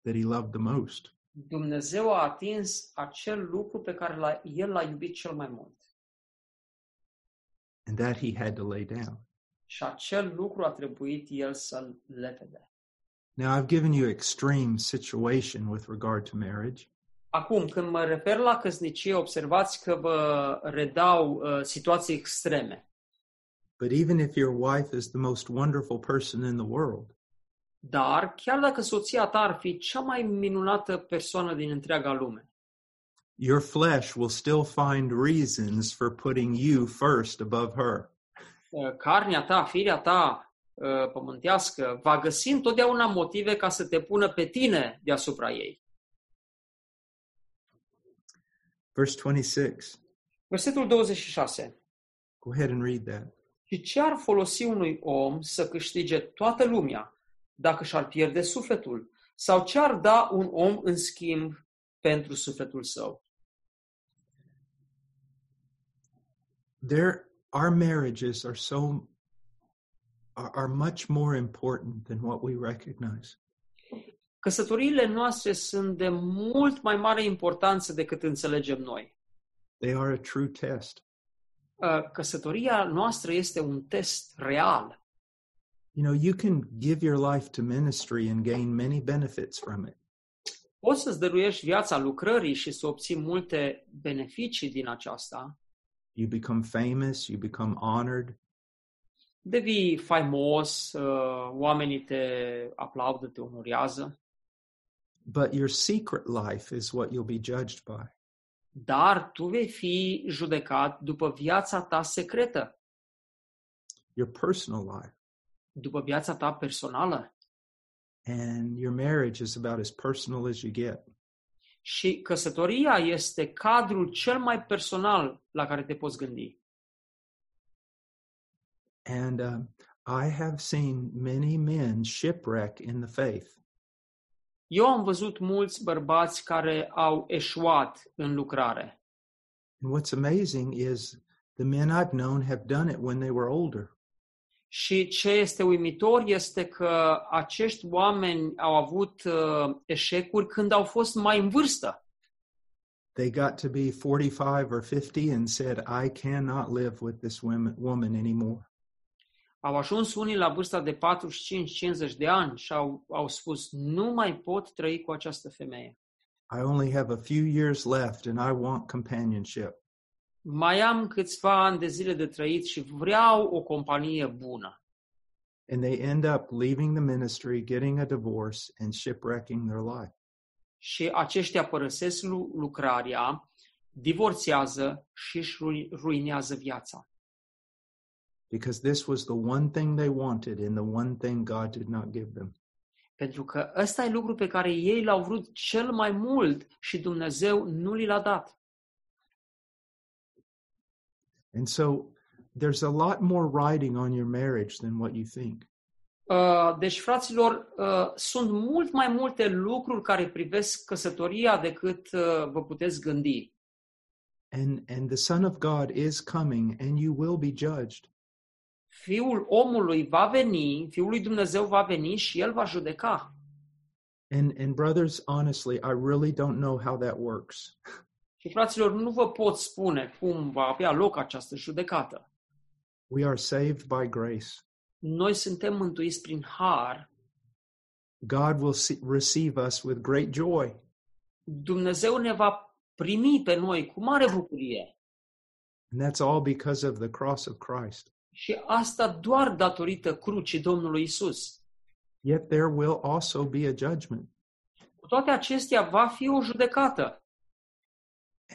that he loved the most. Dumnezeu a atins acel lucru pe care l-a, El l-a iubit cel mai mult. and that he had to lay down. Și acel lucru a trebuit El să-l lepede. Now, I've given you extreme situation with regard to marriage, Acum, când mă refer la căsnicie, observați că vă redau uh, situații extreme. but even if your wife is the most wonderful person in the world, Dar chiar dacă soția ta ar fi cea mai minunată persoană din întreaga lume, your flesh will still find reasons for putting you first above her. uh, carnea ta, firea ta uh, pământească, va găsi întotdeauna motive ca să te pună pe tine deasupra ei. Verse 26. Versetul 26. Go ahead and read that. Și ce ar folosi unui om să câștige toată lumea dacă și-ar pierde sufletul? Sau ce ar da un om în schimb pentru sufletul său? There, our marriages are so are, are much more important than what we recognize. Căsătoriile noastre sunt de mult mai mare importanță decât înțelegem noi. They are a true test. Uh, Căsătoria noastră este un test real. You know, you can give your life to ministry and gain many benefits from it. Poți să-ți dăruiești viața lucrării și să obții multe beneficii din aceasta. You become famous, you become honored, ă, Devii faimos, uh, oamenii te aplaudă, te onorează. but your secret life is what you'll be judged by. dar tu vei fi judecat după viața ta secretă, your personal life. după viața ta personală. And your marriage is about as personal as you get. Și căsătoria este cadrul cel mai personal la care te poți gândi. And um, I have seen many men shipwreck in the faith. Eu am văzut mulți bărbați care au eșuat în lucrare. And what's amazing is the men I've known have done it when they were older. Și ce este uimitor este că acești oameni au avut uh, eșecuri când au fost mai în vârstă. They got to be 45 or 50 and said, I cannot live with this women, woman anymore. Au ajuns unii la vârsta de 45-50 de ani și au, au spus nu mai pot trăi cu această femeie. I only have a few years left and I want companionship. Mai am câțiva ani de zile de trăit și vreau o companie bună. And they end up leaving the ministry, getting a divorce, and shipwrecking their life. Și aceștia părăsesc lu- lucrarea, divorțează și își ru- ruinează viața. because this was the one thing they wanted and the one thing God did not give them. Pentru că ăsta e lucru pe care ei l-au vrut cel mai mult și Dumnezeu nu li l-a dat. And so there's a lot more riding on your marriage than what you think. Uh, Deci, fraților, uh, sunt mult mai multe lucruri care privesc căsătoria decât uh, vă puteți gândi. And and the son of God is coming and you will be judged. Fiul omului va veni, Fiul lui Dumnezeu va veni și El va judeca. And and brothers, honestly, I really don't know how that works. Și, fraților, nu vă pot spune cum va avea loc această judecată. We are saved by grace. Noi suntem mântuiți prin har. God will see, receive us with great joy. Dumnezeu ne va primi pe noi cu mare bucurie. And that's all because of the cross of Christ. Și asta doar datorită crucii Domnului Isus. Yet there will also be a judgment. Cu toate acestea, va fi o judecată.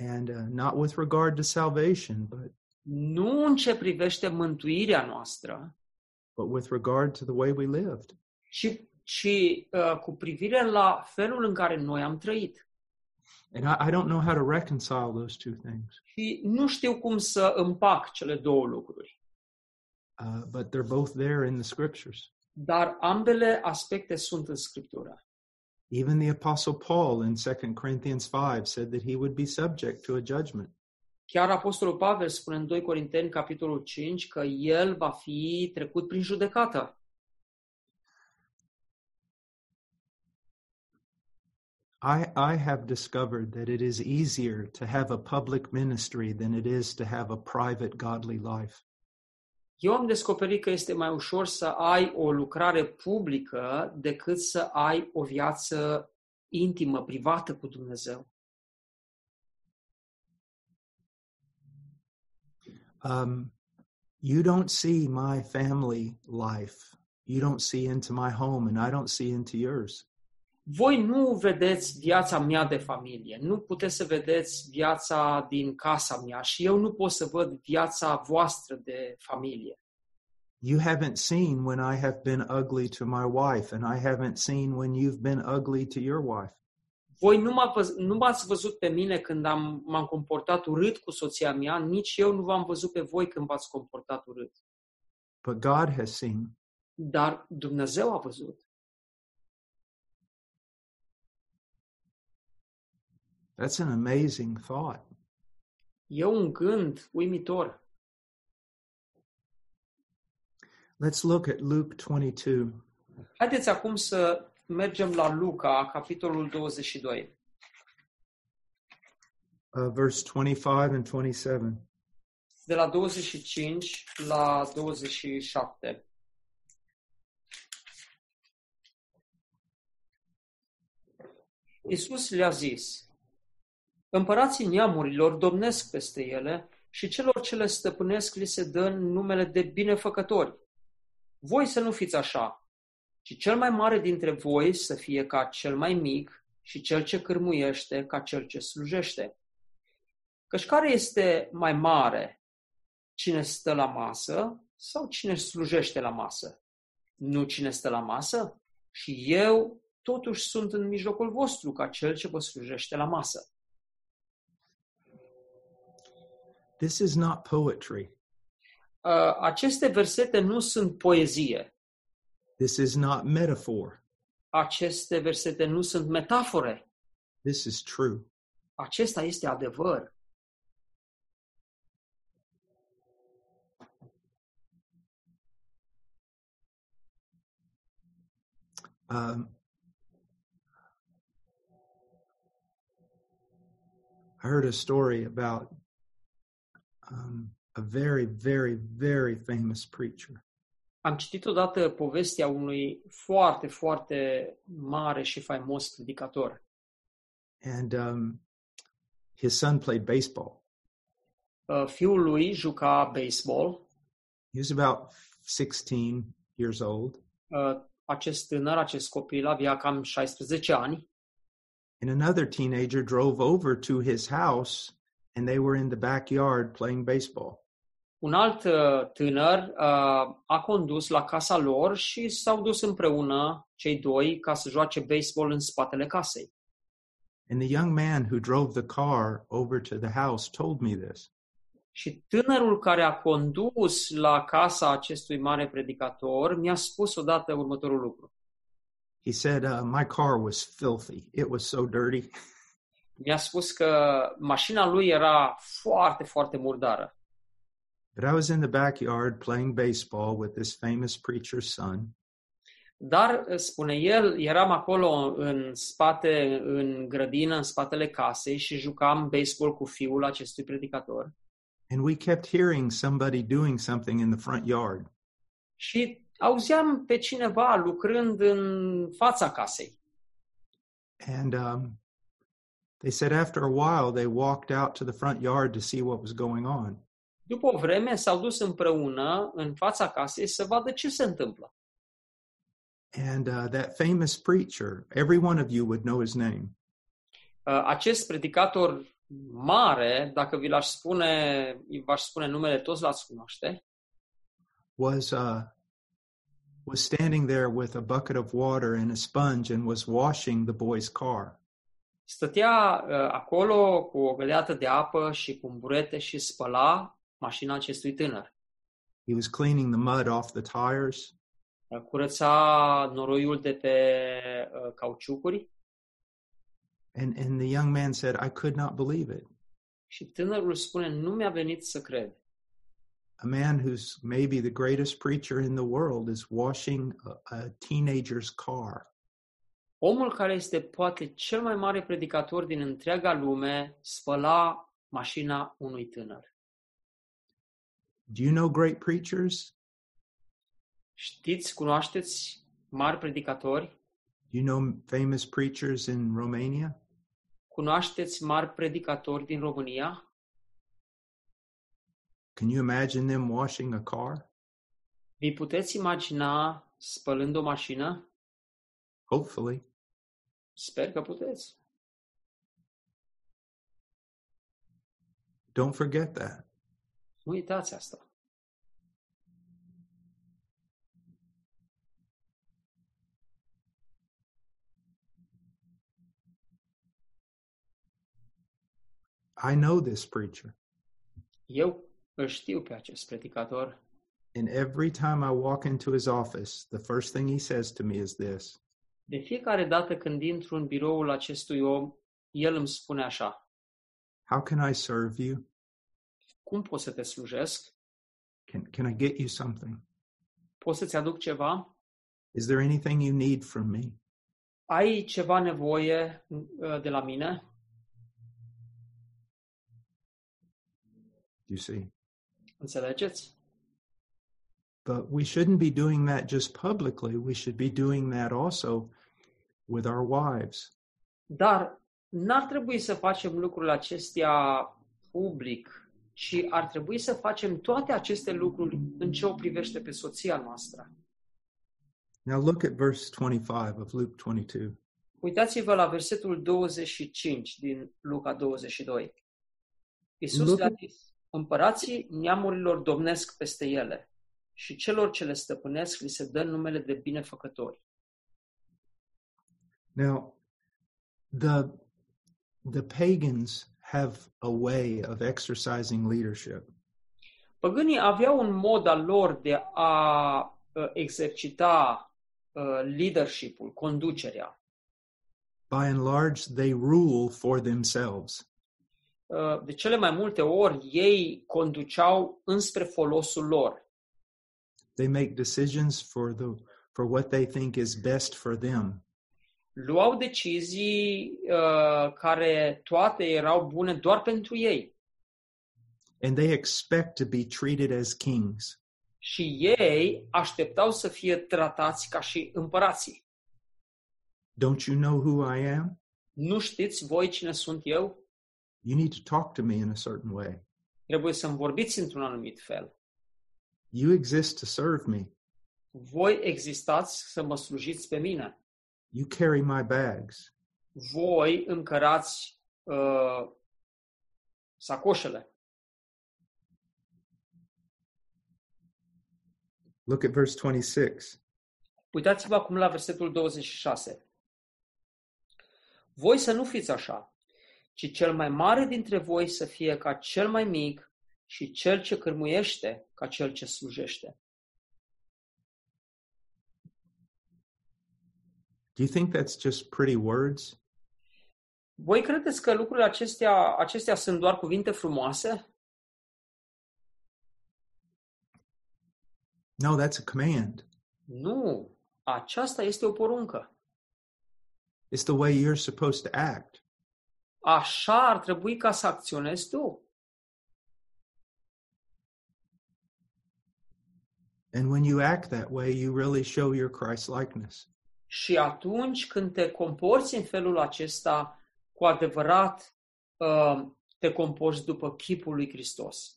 And uh, not with regard to salvation, but Nu în ce privește mântuirea noastră, but with regard to the way we lived. ci, ci uh, cu privire la felul în care noi am trăit. And I, I don't know how to reconcile those two things, Și nu știu cum să împac cele două lucruri. uh, but they're both there in the scriptures. Dar ambele aspecte sunt în Scriptură. Even the apostle Paul in 2 Corinthians 5 said that he would be subject to a judgment. Chiar Apostolul Pavel spune în 2 Corinteni, capitolul 5, că el va fi trecut prin judecată. I, I have discovered that it is easier to have a public ministry than it is to have a private godly life. Eu am descoperit că este mai ușor să ai o lucrare publică decât să ai o viață intimă, privată cu Dumnezeu. Um, you don't see my family life. You don't see into my home, and I don't see into yours. Voi nu vedeți viața mea de familie, nu puteți să vedeți viața din casa mea și eu nu pot să văd viața voastră de familie. You haven't seen when I have been ugly to my wife, and I haven't seen when you've been ugly to your wife. Voi nu, m-a văz- nu m-ați văzut pe mine când am, m-am comportat urât cu soția mea, nici eu nu v-am văzut pe voi când v-ați comportat urât. But God has seen. Dar Dumnezeu a văzut. That's an amazing thought. E un gând uimitor. Let's look at Luke 22. Haideți acum să mergem la Luca, capitolul 22, Uh, verse 25 and 27. de la 25 la 27. Iisus le-a zis, Împărații neamurilor domnesc peste ele și celor ce le stăpânesc li se dă numele de binefăcători. Voi să nu fiți așa, ci cel mai mare dintre voi să fie ca cel mai mic și cel ce cârmuiește ca cel ce slujește. Căci care este mai mare, cine stă la masă sau cine slujește la masă? Nu cine stă la masă? Și eu totuși sunt în mijlocul vostru ca cel ce vă slujește la masă. This is not poetry. Uh, Aceste versete nu sunt poezie. This is not metaphor. Aceste versete nu sunt metafore. This is true. Acesta este adevăr. Um, I heard a story about um, a very, very, very famous preacher. Am citit odată povestea unui foarte, foarte mare și faimos predicator. and um, his son played baseball. Uh, Fiul lui juca baseball. He was about 16 years old, Uh, Acest tânăr, acest copil, avea cam 16 ani and another teenager drove over to his house, and they were in the backyard playing baseball. un alt uh, tânăr uh, a condus la casa lor și s-au dus împreună cei doi ca să joace baseball în spatele casei. And the young man who drove the car over to the house told me this. Și tânărul care a condus la casa acestui mare predicator mi-a spus odată următorul lucru. He said, uh, My car was filthy. It was so dirty. Mi-a spus că mașina lui era foarte, foarte murdară. But I was in the backyard playing baseball with this famous preacher's son, Dar, uh, spune el, eram acolo în spate, în grădină, în spatele casei și jucam baseball cu fiul acestui predicator. and we kept hearing somebody doing something in the front yard. Și auzeam pe cineva lucrând în fața casei. And um, they said after a while, they walked out to the front yard to see what was going on. După o vreme s-au dus împreună în fața casei să vadă ce se întâmplă. And uh, that famous preacher, every one of you would know his name. Uh, Acest predicator mare, dacă vi l-aș spune, v-aș spune numele, toți l-ați cunoaște, Was uh, was standing there with a bucket of water and a sponge and was washing the boy's car. stătea uh, acolo cu o găleată de apă și cu un burete și spăla mașina acestui tânăr. He was cleaning the mud off the tires. Uh, Curăța noroiul de pe uh, cauciucuri And and the young man said, "I could not believe it. și tânărul spune, nu mi-a venit să cred. A man who's maybe the greatest preacher in the world is washing a, a teenager's car." Omul care este poate cel mai mare predicator din întreaga lume spăla mașina unui tânăr. Do you know great preachers? Știți, cunoașteți mari predicatori? You know famous preachers in Romania? Cunoașteți mari predicatori din România? Can you imagine them washing a car? Vi puteți imagina spălând o mașină? Hopefully. Sper că puteți. Don't forget that. Nu uitați asta. I know this preacher. Eu îl știu pe acest predicator And every time I walk into his office, the first thing he says to me is this De fiecare dată când intru în biroul acestui om, el îmi spune așa, How can I serve you? cum pot să te slujesc? Can, can I get you something? Pot să-ți aduc ceva? Is there anything you need from me? Ai ceva nevoie uh, de la mine? You see. Înțelegeți? But we shouldn't be doing that just publicly. We should be doing that also with our wives. Dar n-ar trebui să facem lucrurile acestea public, ci ar trebui să facem toate aceste lucruri în ce o privește pe soția noastră. Now look at verse 25 of Luke 22. Uitați-vă la versetul 25 din Luca 22. Iisus Luca- le-a zis, împărații neamurilor domnesc peste ele și celor ce le stăpânesc li se dă numele de binefăcători. Now, the the pagans have a way of exercising leadership. Păgânii aveau un mod al lor de a uh, exercita uh, leadership-ul, conducerea. By and large, they rule for themselves. Uh, De cele mai multe ori ei conduceau înspre folosul lor. They make decisions for the for what they think is best for them. Luau decizii uh, care toate erau bune doar pentru ei And they expect to be treated as kings. și ei așteptau să fie tratați ca și împărații. Don't you know who I am? Nu știți voi cine sunt eu? You need to talk to me in a certain way. Trebuie să-mi vorbiți într-un anumit fel. You exist to serve me. Voi existați să mă slujiți pe mine. You carry my bags. voi încărați uh, sacoșele. Look at verse 26. Uitați-vă acum la versetul 26. Voi să nu fiți așa, ci cel mai mare dintre voi să fie ca cel mai mic și cel ce cărmuiește ca cel ce slujește. Do you think that's just pretty words? Voi credeți că lucrurile acestea, acestea sunt doar cuvinte frumoase? No, that's a command. Nu, aceasta este o poruncă. It's the way you're supposed to act. Așa ar trebui ca să acționezi tu. And when you act that way, you really show your Christ likeness. Și atunci când te comporți în felul acesta, cu adevărat uh, te comporți după chipul lui Hristos.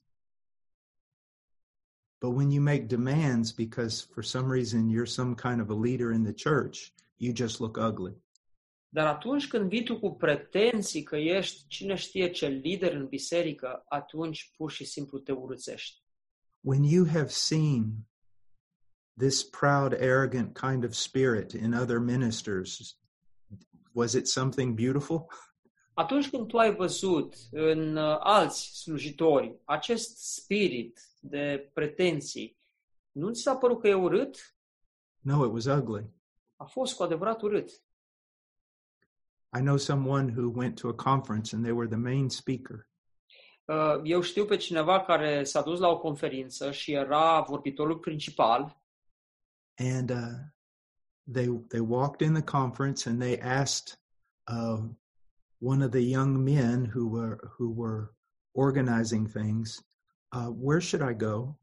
But when you make demands because for some reason you're some kind of a leader in the church, you just look ugly. Dar atunci când vii tu cu pretenții că ești cine știe ce lider în biserică, atunci pur și simplu te urățești. When you have seen this proud, arrogant kind of spirit in other ministers, was it something beautiful? Atunci când tu ai văzut în uh, alți slujitori acest spirit de pretenții, nu ți s-a părut că e urât? No, it was ugly. A fost cu adevărat urât. I know someone who went to a conference and they were the main speaker. Uh, Eu știu pe cineva care s-a dus la o conferință și era vorbitorul principal and uh, they they walked in the conference and they asked uh, one of the young men who were who were organizing things, uh, "Where should I go?"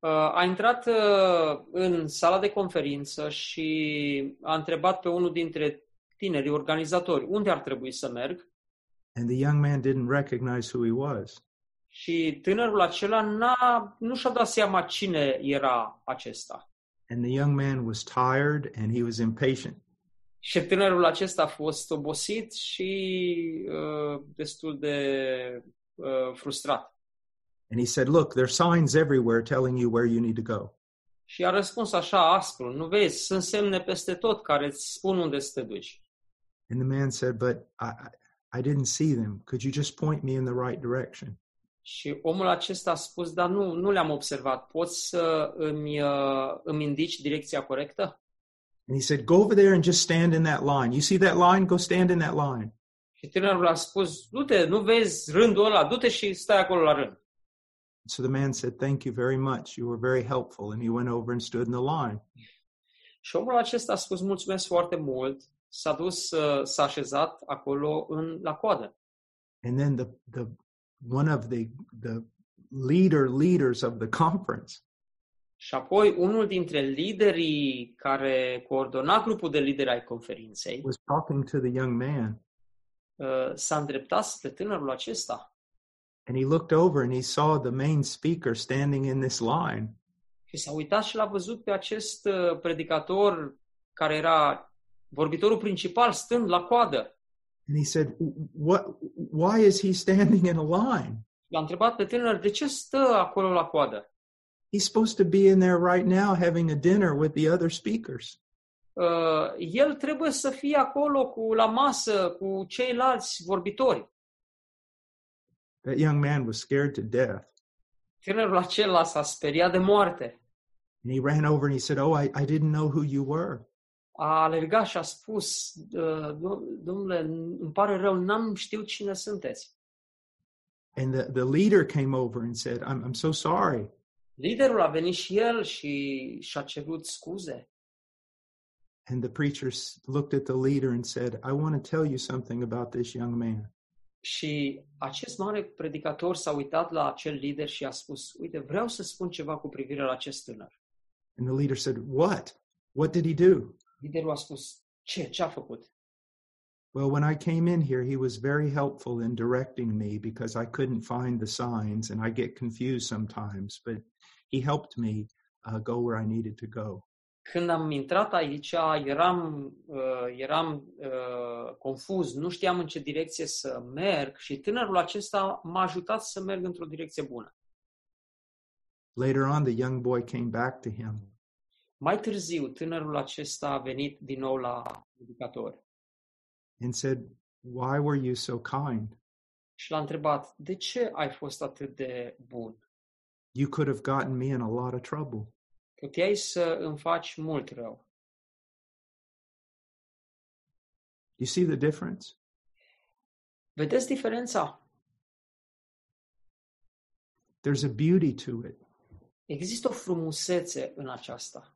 Uh, a intrat uh, în sala de conferință și a întrebat pe unul dintre tinerii organizatori unde ar trebui să merg And the young man didn't recognize who he was. și tânărul acela n-a, nu și-a dat seama cine era acesta. And the young man was tired and he was impatient. Și tânărul acesta a fost obosit și uh, destul de uh, frustrat. And he said, "Look, there's signs everywhere telling you where you need to go." Și a răspuns așa aspru, nu vezi, sunt semne peste tot care îți spun unde să te duci. And the man said, "But I." I I didn't see them. Could you just point me in the right direction? Și omul acesta a spus, dar nu, nu le-am observat, poți să îmi, uh, îmi indici direcția corectă? And he said, Go over there and just stand in that line. You see that line? Go stand in that line. Și tânărul a spus, du-te, nu vezi rândul ăla, du-te și stai acolo la rând. So the man said, Thank you very much. You were very helpful. And he went over and stood in the line. Și omul acesta a spus, mulțumesc foarte mult, s-a dus, uh, s-a așezat acolo în, la coadă. And then the, the one of the the leader leaders of the conference Și apoi unul dintre liderii care coordona grupul de lideri ai conferinței was talking to the young man. uh, s-a îndreptat spre tânărul acesta And he looked over and he saw the main speaker standing in this line. Și s-a uitat și l-a văzut pe acest uh, predicator care era vorbitorul principal stând la coadă. And he said, "What? Why is he standing in a line? L-a întrebat pe tânăr de ce stă acolo la coadă. He's supposed to be in there right now having a dinner with the other speakers." Uh, el trebuie să fie acolo cu la masă cu ceilalți vorbitori. That young man was scared to death, Tânărul acela s-a speriat de moarte. and he ran over and he said, "Oh, I, I didn't know who you were." A alergat și a spus, "Uh, dom- domnule, îmi pare rău, n-am știut cine sunteți. And the, the leader came over and said, I'm, I'm so sorry. Liderul a venit și el și și-a cerut scuze. And the preacher s- looked at the leader and said, I want to tell you something about this young man. Și acest mare predicator s-a uitat la acel lider și a spus, uite, vreau să spun ceva cu privire la acest tânăr. And the leader said, What? What did he do? Liderul a spus, ce, ce a făcut? Well, when I came in here, he was very helpful in directing me because I couldn't find the signs and I get confused sometimes, but he helped me uh, go where I needed to go. Când am intrat aici, eram, uh, eram uh, confuz, nu știam în ce direcție să merg și tânărul acesta m-a ajutat să merg într-o direcție bună. Later on, the young boy came back to him Mai târziu, tânărul acesta a venit din nou la predicator and said, Why were you so kind? și l-a întrebat, de ce ai fost atât de bun? You could have gotten me in a lot of trouble. Puteai să îmi faci mult rău. You see the difference? Vedeți diferența? There's a beauty to it. Există o frumusețe în aceasta.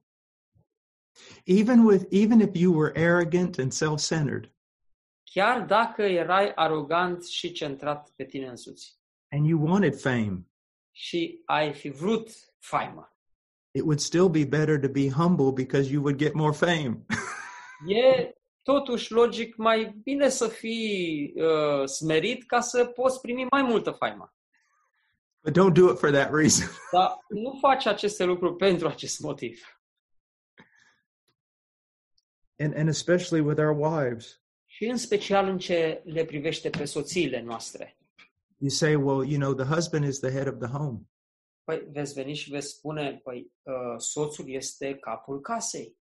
even with even if you were arrogant and self-centered Chiar dacă erai arogant și centrat pe tine însuți and you wanted fame și ai fi vrut faimă, it would still be better to be humble because you would get more fame e totuși logic mai bine să fii uh, smerit ca să poți primi mai multă faimă. but don't do it for that reason Dar nu faci aceste lucruri pentru acest motiv. and and especially with our wives Și în special în ce le privește pe soțiile noastre. you say well you know the husband is the head of the home Păi veți veni și veți spune, păi uh, soțul este capul casei.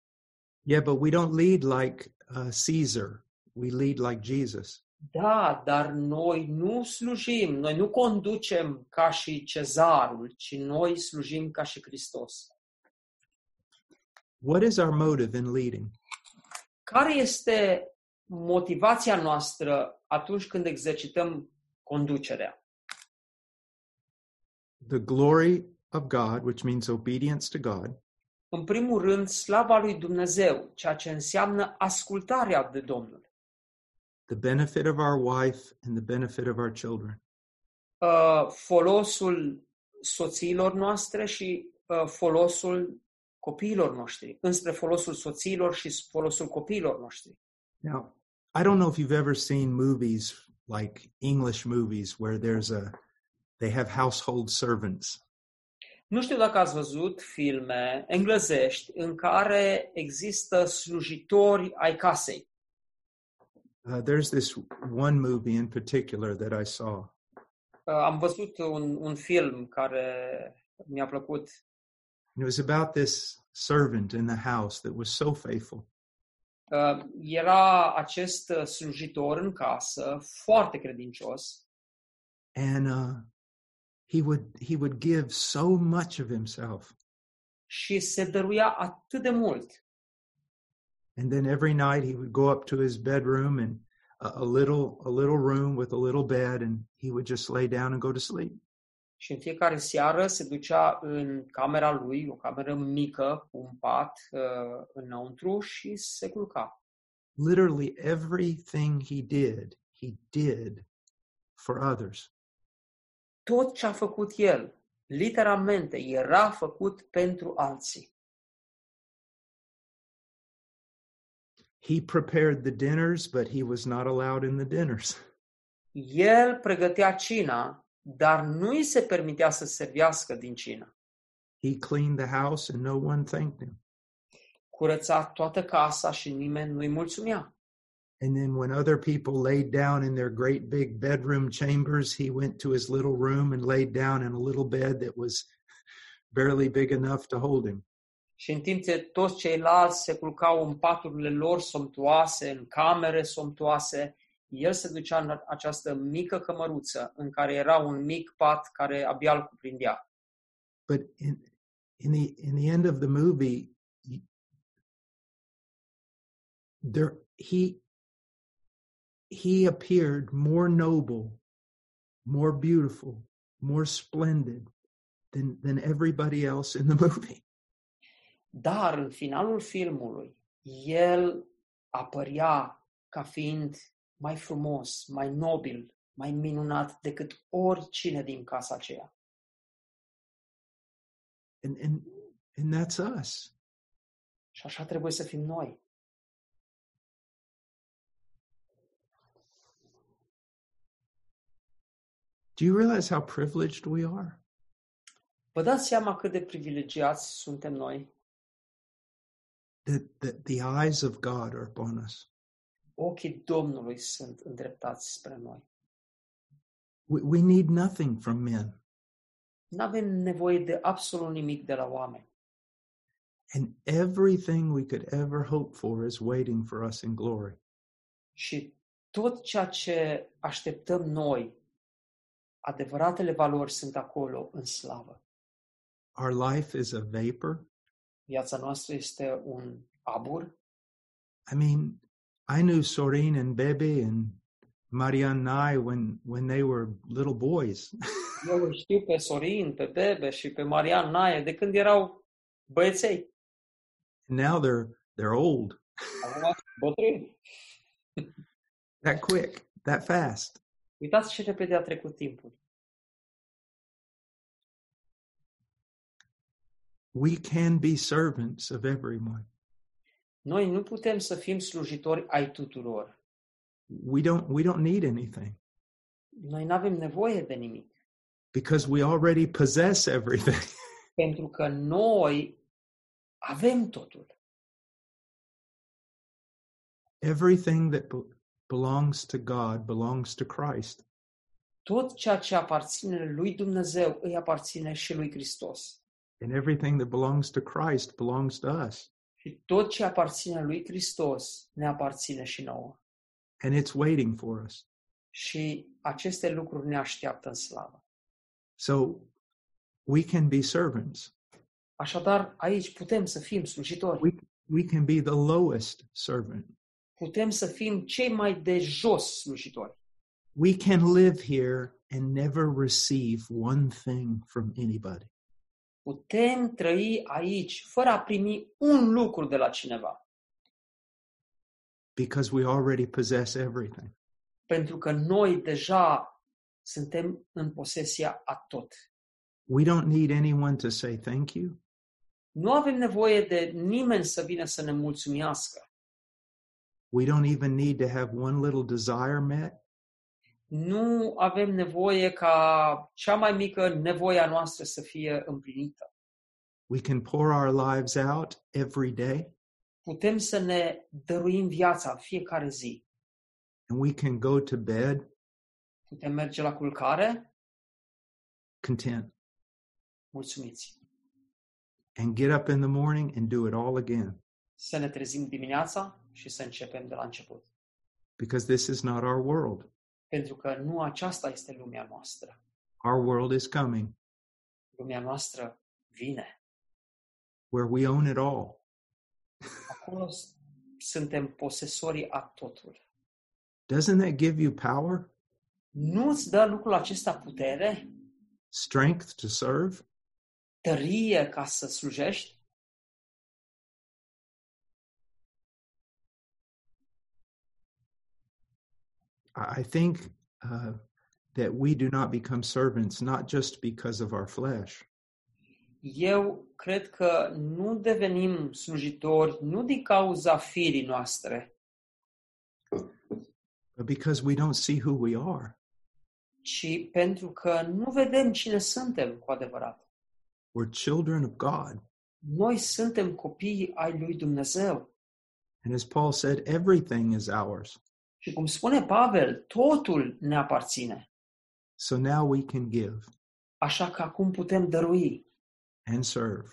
yeah but we don't lead like uh, caesar we lead like jesus Da, dar noi nu slujim, noi nu conducem ca și cezarul, ci noi slujim ca și Hristos. what is our motive in leading Care este motivația noastră atunci când exercităm conducerea? the glory of god which means obedience to god În primul rând, slava lui Dumnezeu, ceea ce înseamnă ascultarea de Domnul. the benefit of our wife and the benefit of our children uh, folosul soțiilor noastre și uh, folosul copiilor noștri, înspre folosul soțiilor și folosul copiilor noștri. Now, I don't know if you've ever seen movies like English movies where there's a they have household servants. Nu știu dacă ați văzut filme englezești în care există slujitori ai casei. Uh, there's this one movie in particular that I saw, Uh, Am văzut un, un film care mi-a plăcut. and it was about this servant in the house that was so faithful, Uh, Era acest uh, slujitor în casă, foarte credincios, and uh, he would he would give so much of himself, și se dăruia atât de mult. and then every night he would go up to his bedroom and a, a little a little room with a little bed, and he would just lay down and go to sleep. Și în fiecare seară se ducea în camera lui, o cameră mică, cu un pat uh, înăuntru și se culca. literally everything he did, he did for others. Tot ce a făcut el, literalmente, era făcut pentru alții. He prepared the dinners, but he was not allowed in the dinners. El pregătea cina, dar nu îi se permitea să servească din cină. He cleaned the house and no one thanked him. curăța toată casa și nimeni nu-i mulțumea. And then when other people laid down in their great big bedroom chambers, he went to his little room and laid down in a little bed that was barely big enough to hold him. Și în timp ce toți ceilalți se culcau în paturile lor somtoase, în camere somtoase, el se ducea în această mică cămăruță în care era un mic pat care abia îl cuprindea. But in in the in the end of the movie, y- there he he appeared more noble, more beautiful, more splendid than than everybody else in the movie. Dar în finalul filmului, el apărea ca fiind mai frumos, mai nobil, mai minunat decât oricine din casa aceea. And and and that's us. Și așa trebuie să fim noi. Do you realize how privileged we are? Vă dați seama cât de privilegiați suntem noi? That that the eyes of God are upon us. Ochii Domnului sunt îndreptați spre noi. We, we need nothing from men. Nu avem nevoie de absolut nimic de la oameni. And everything we could ever hope for is waiting for us in glory. Și tot ceea ce așteptăm noi, adevăratele valori sunt acolo în slavă. Our life is a vapor. Viața noastră este un abur. I mean, I knew Sorin and Bebe and Marianne Nye when, when they were little boys. Eu îl știu pe Sorin, pe Bebe și pe Marian Naie de când erau băieței. now they're they're old. Acum bătrâni. That quick, that fast. Uitați ce repede a trecut timpul. We can be servants of everyone. Noi nu putem să fim slujitori ai tuturor. We don't we don't need anything Noi nu avem nevoie de nimic. because we already possess everything. Pentru că noi avem totul. everything that be- belongs to God belongs to Christ. Tot ceea ce aparține lui Dumnezeu îi aparține și lui Hristos. And everything that belongs to Christ belongs to us. Și tot ce aparține lui Hristos ne aparține și nouă. And it's waiting for us. Și aceste lucruri ne așteaptă în slavă. So we can be servants. Așadar, aici putem să fim slujitori. We, we can be the lowest servant. Putem să fim cei mai de jos slujitori. We can live here and never receive one thing from anybody. Putem trăi aici fără a primi un lucru de la cineva. because we already possess everything. pentru că noi deja suntem în posesia a tot. We don't need anyone to say thank you. Nu avem nevoie de nimeni să vină să ne mulțumească. We don't even need to have one little desire met. Nu avem nevoie ca cea mai mică nevoia noastră să fie împlinită. We can pour our lives out every day Putem să ne dăruim viața fiecare zi. and we can go to bed Putem merge la culcare, content mulțumiți. and get up in the morning and do it all again Să ne trezim dimineața și să începem de la început. because this is not our world. Pentru că nu aceasta este lumea noastră. Our world is coming Lumea noastră vine. where we own it all. Acolo s- suntem posesorii a totul. Doesn't that give you power, Nu îți dă lucrul acesta putere, strength to serve? tărie ca să slujești? I I think uh, that we do not become servants not just because of our flesh, Eu cred că nu devenim slujitori nu din cauza firii noastre, but because we don't see who we are. ci pentru că nu vedem cine suntem cu adevărat. We're children of God. Noi suntem copii ai lui Dumnezeu. And as Paul said, everything is ours. Și cum spune Pavel, totul ne aparține. So now we can give Așa că acum putem dărui and serve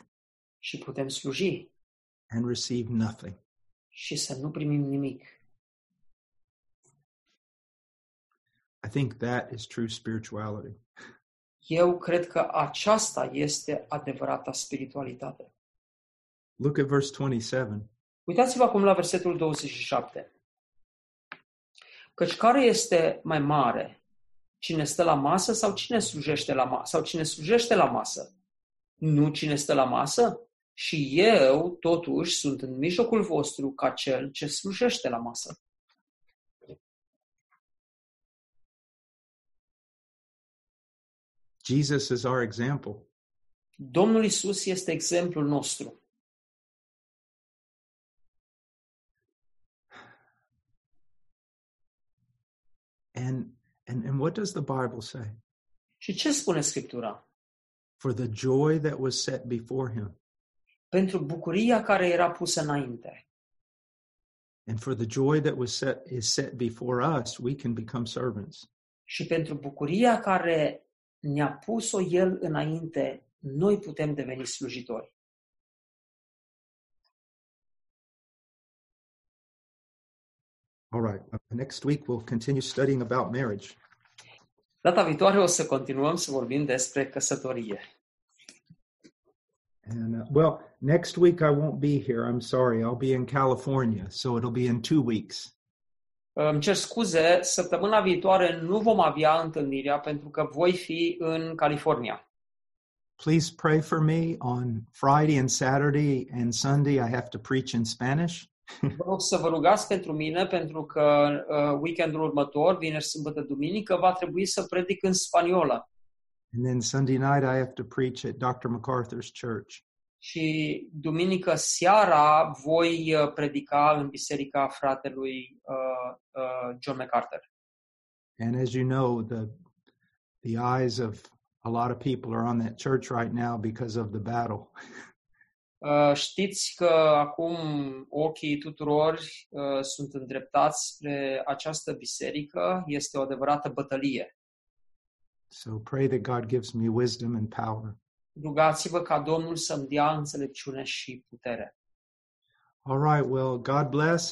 și putem sluji and receive nothing. și să nu primim nimic. I think that is true spirituality. Eu cred că aceasta este adevărata spiritualitate. Look at verse 27. Uitați-vă acum la versetul 27. Căci care este mai mare? Cine stă la masă sau cine slujește la masă? Sau cine slujește la masă? Nu cine stă la masă? Și eu, totuși, sunt în mijlocul vostru ca cel ce slujește la masă. Jesus is our example. Domnul Isus este exemplul nostru. And, and, and what does the Bible say? Și ce spune Scriptura? For the joy that was set before him Pentru bucuria care era pusă înainte. and for the joy that was set is set before us, we can become servants. Și pentru bucuria care ne-a pus-o El înainte, noi putem deveni slujitori. All right. uh, Next week we'll continue studying about marriage. Data viitoare o să continuăm să vorbim despre căsătorie. And uh, well, next week I won't be here. I'm sorry. I'll be in California, so it'll be in two weeks. Îmi cer scuze, săptămâna viitoare nu vom avea întâlnirea pentru că voi fi în California. Please pray for me on Friday and Saturday and Sunday. I have to preach in Spanish. Vă rog să vă rugați pentru mine pentru că uh, weekendul următor, vineri, sâmbătă, duminică, va trebui să predic în spaniolă. And then Sunday night, I have to preach at Dr. MacArthur's church. Și duminică seara voi uh, predica în biserica fratelui uh, uh, John MacArthur. And as you know, the the eyes of a lot of people are on that church right now because of the battle. Uh, Știți că acum ochii tuturor uh, sunt îndreptați spre această biserică. Este o adevărată bătălie. So pray that God gives me wisdom and power. Rugați-vă ca Domnul să-mi dea înțelepciune și putere. All right. Well, God bless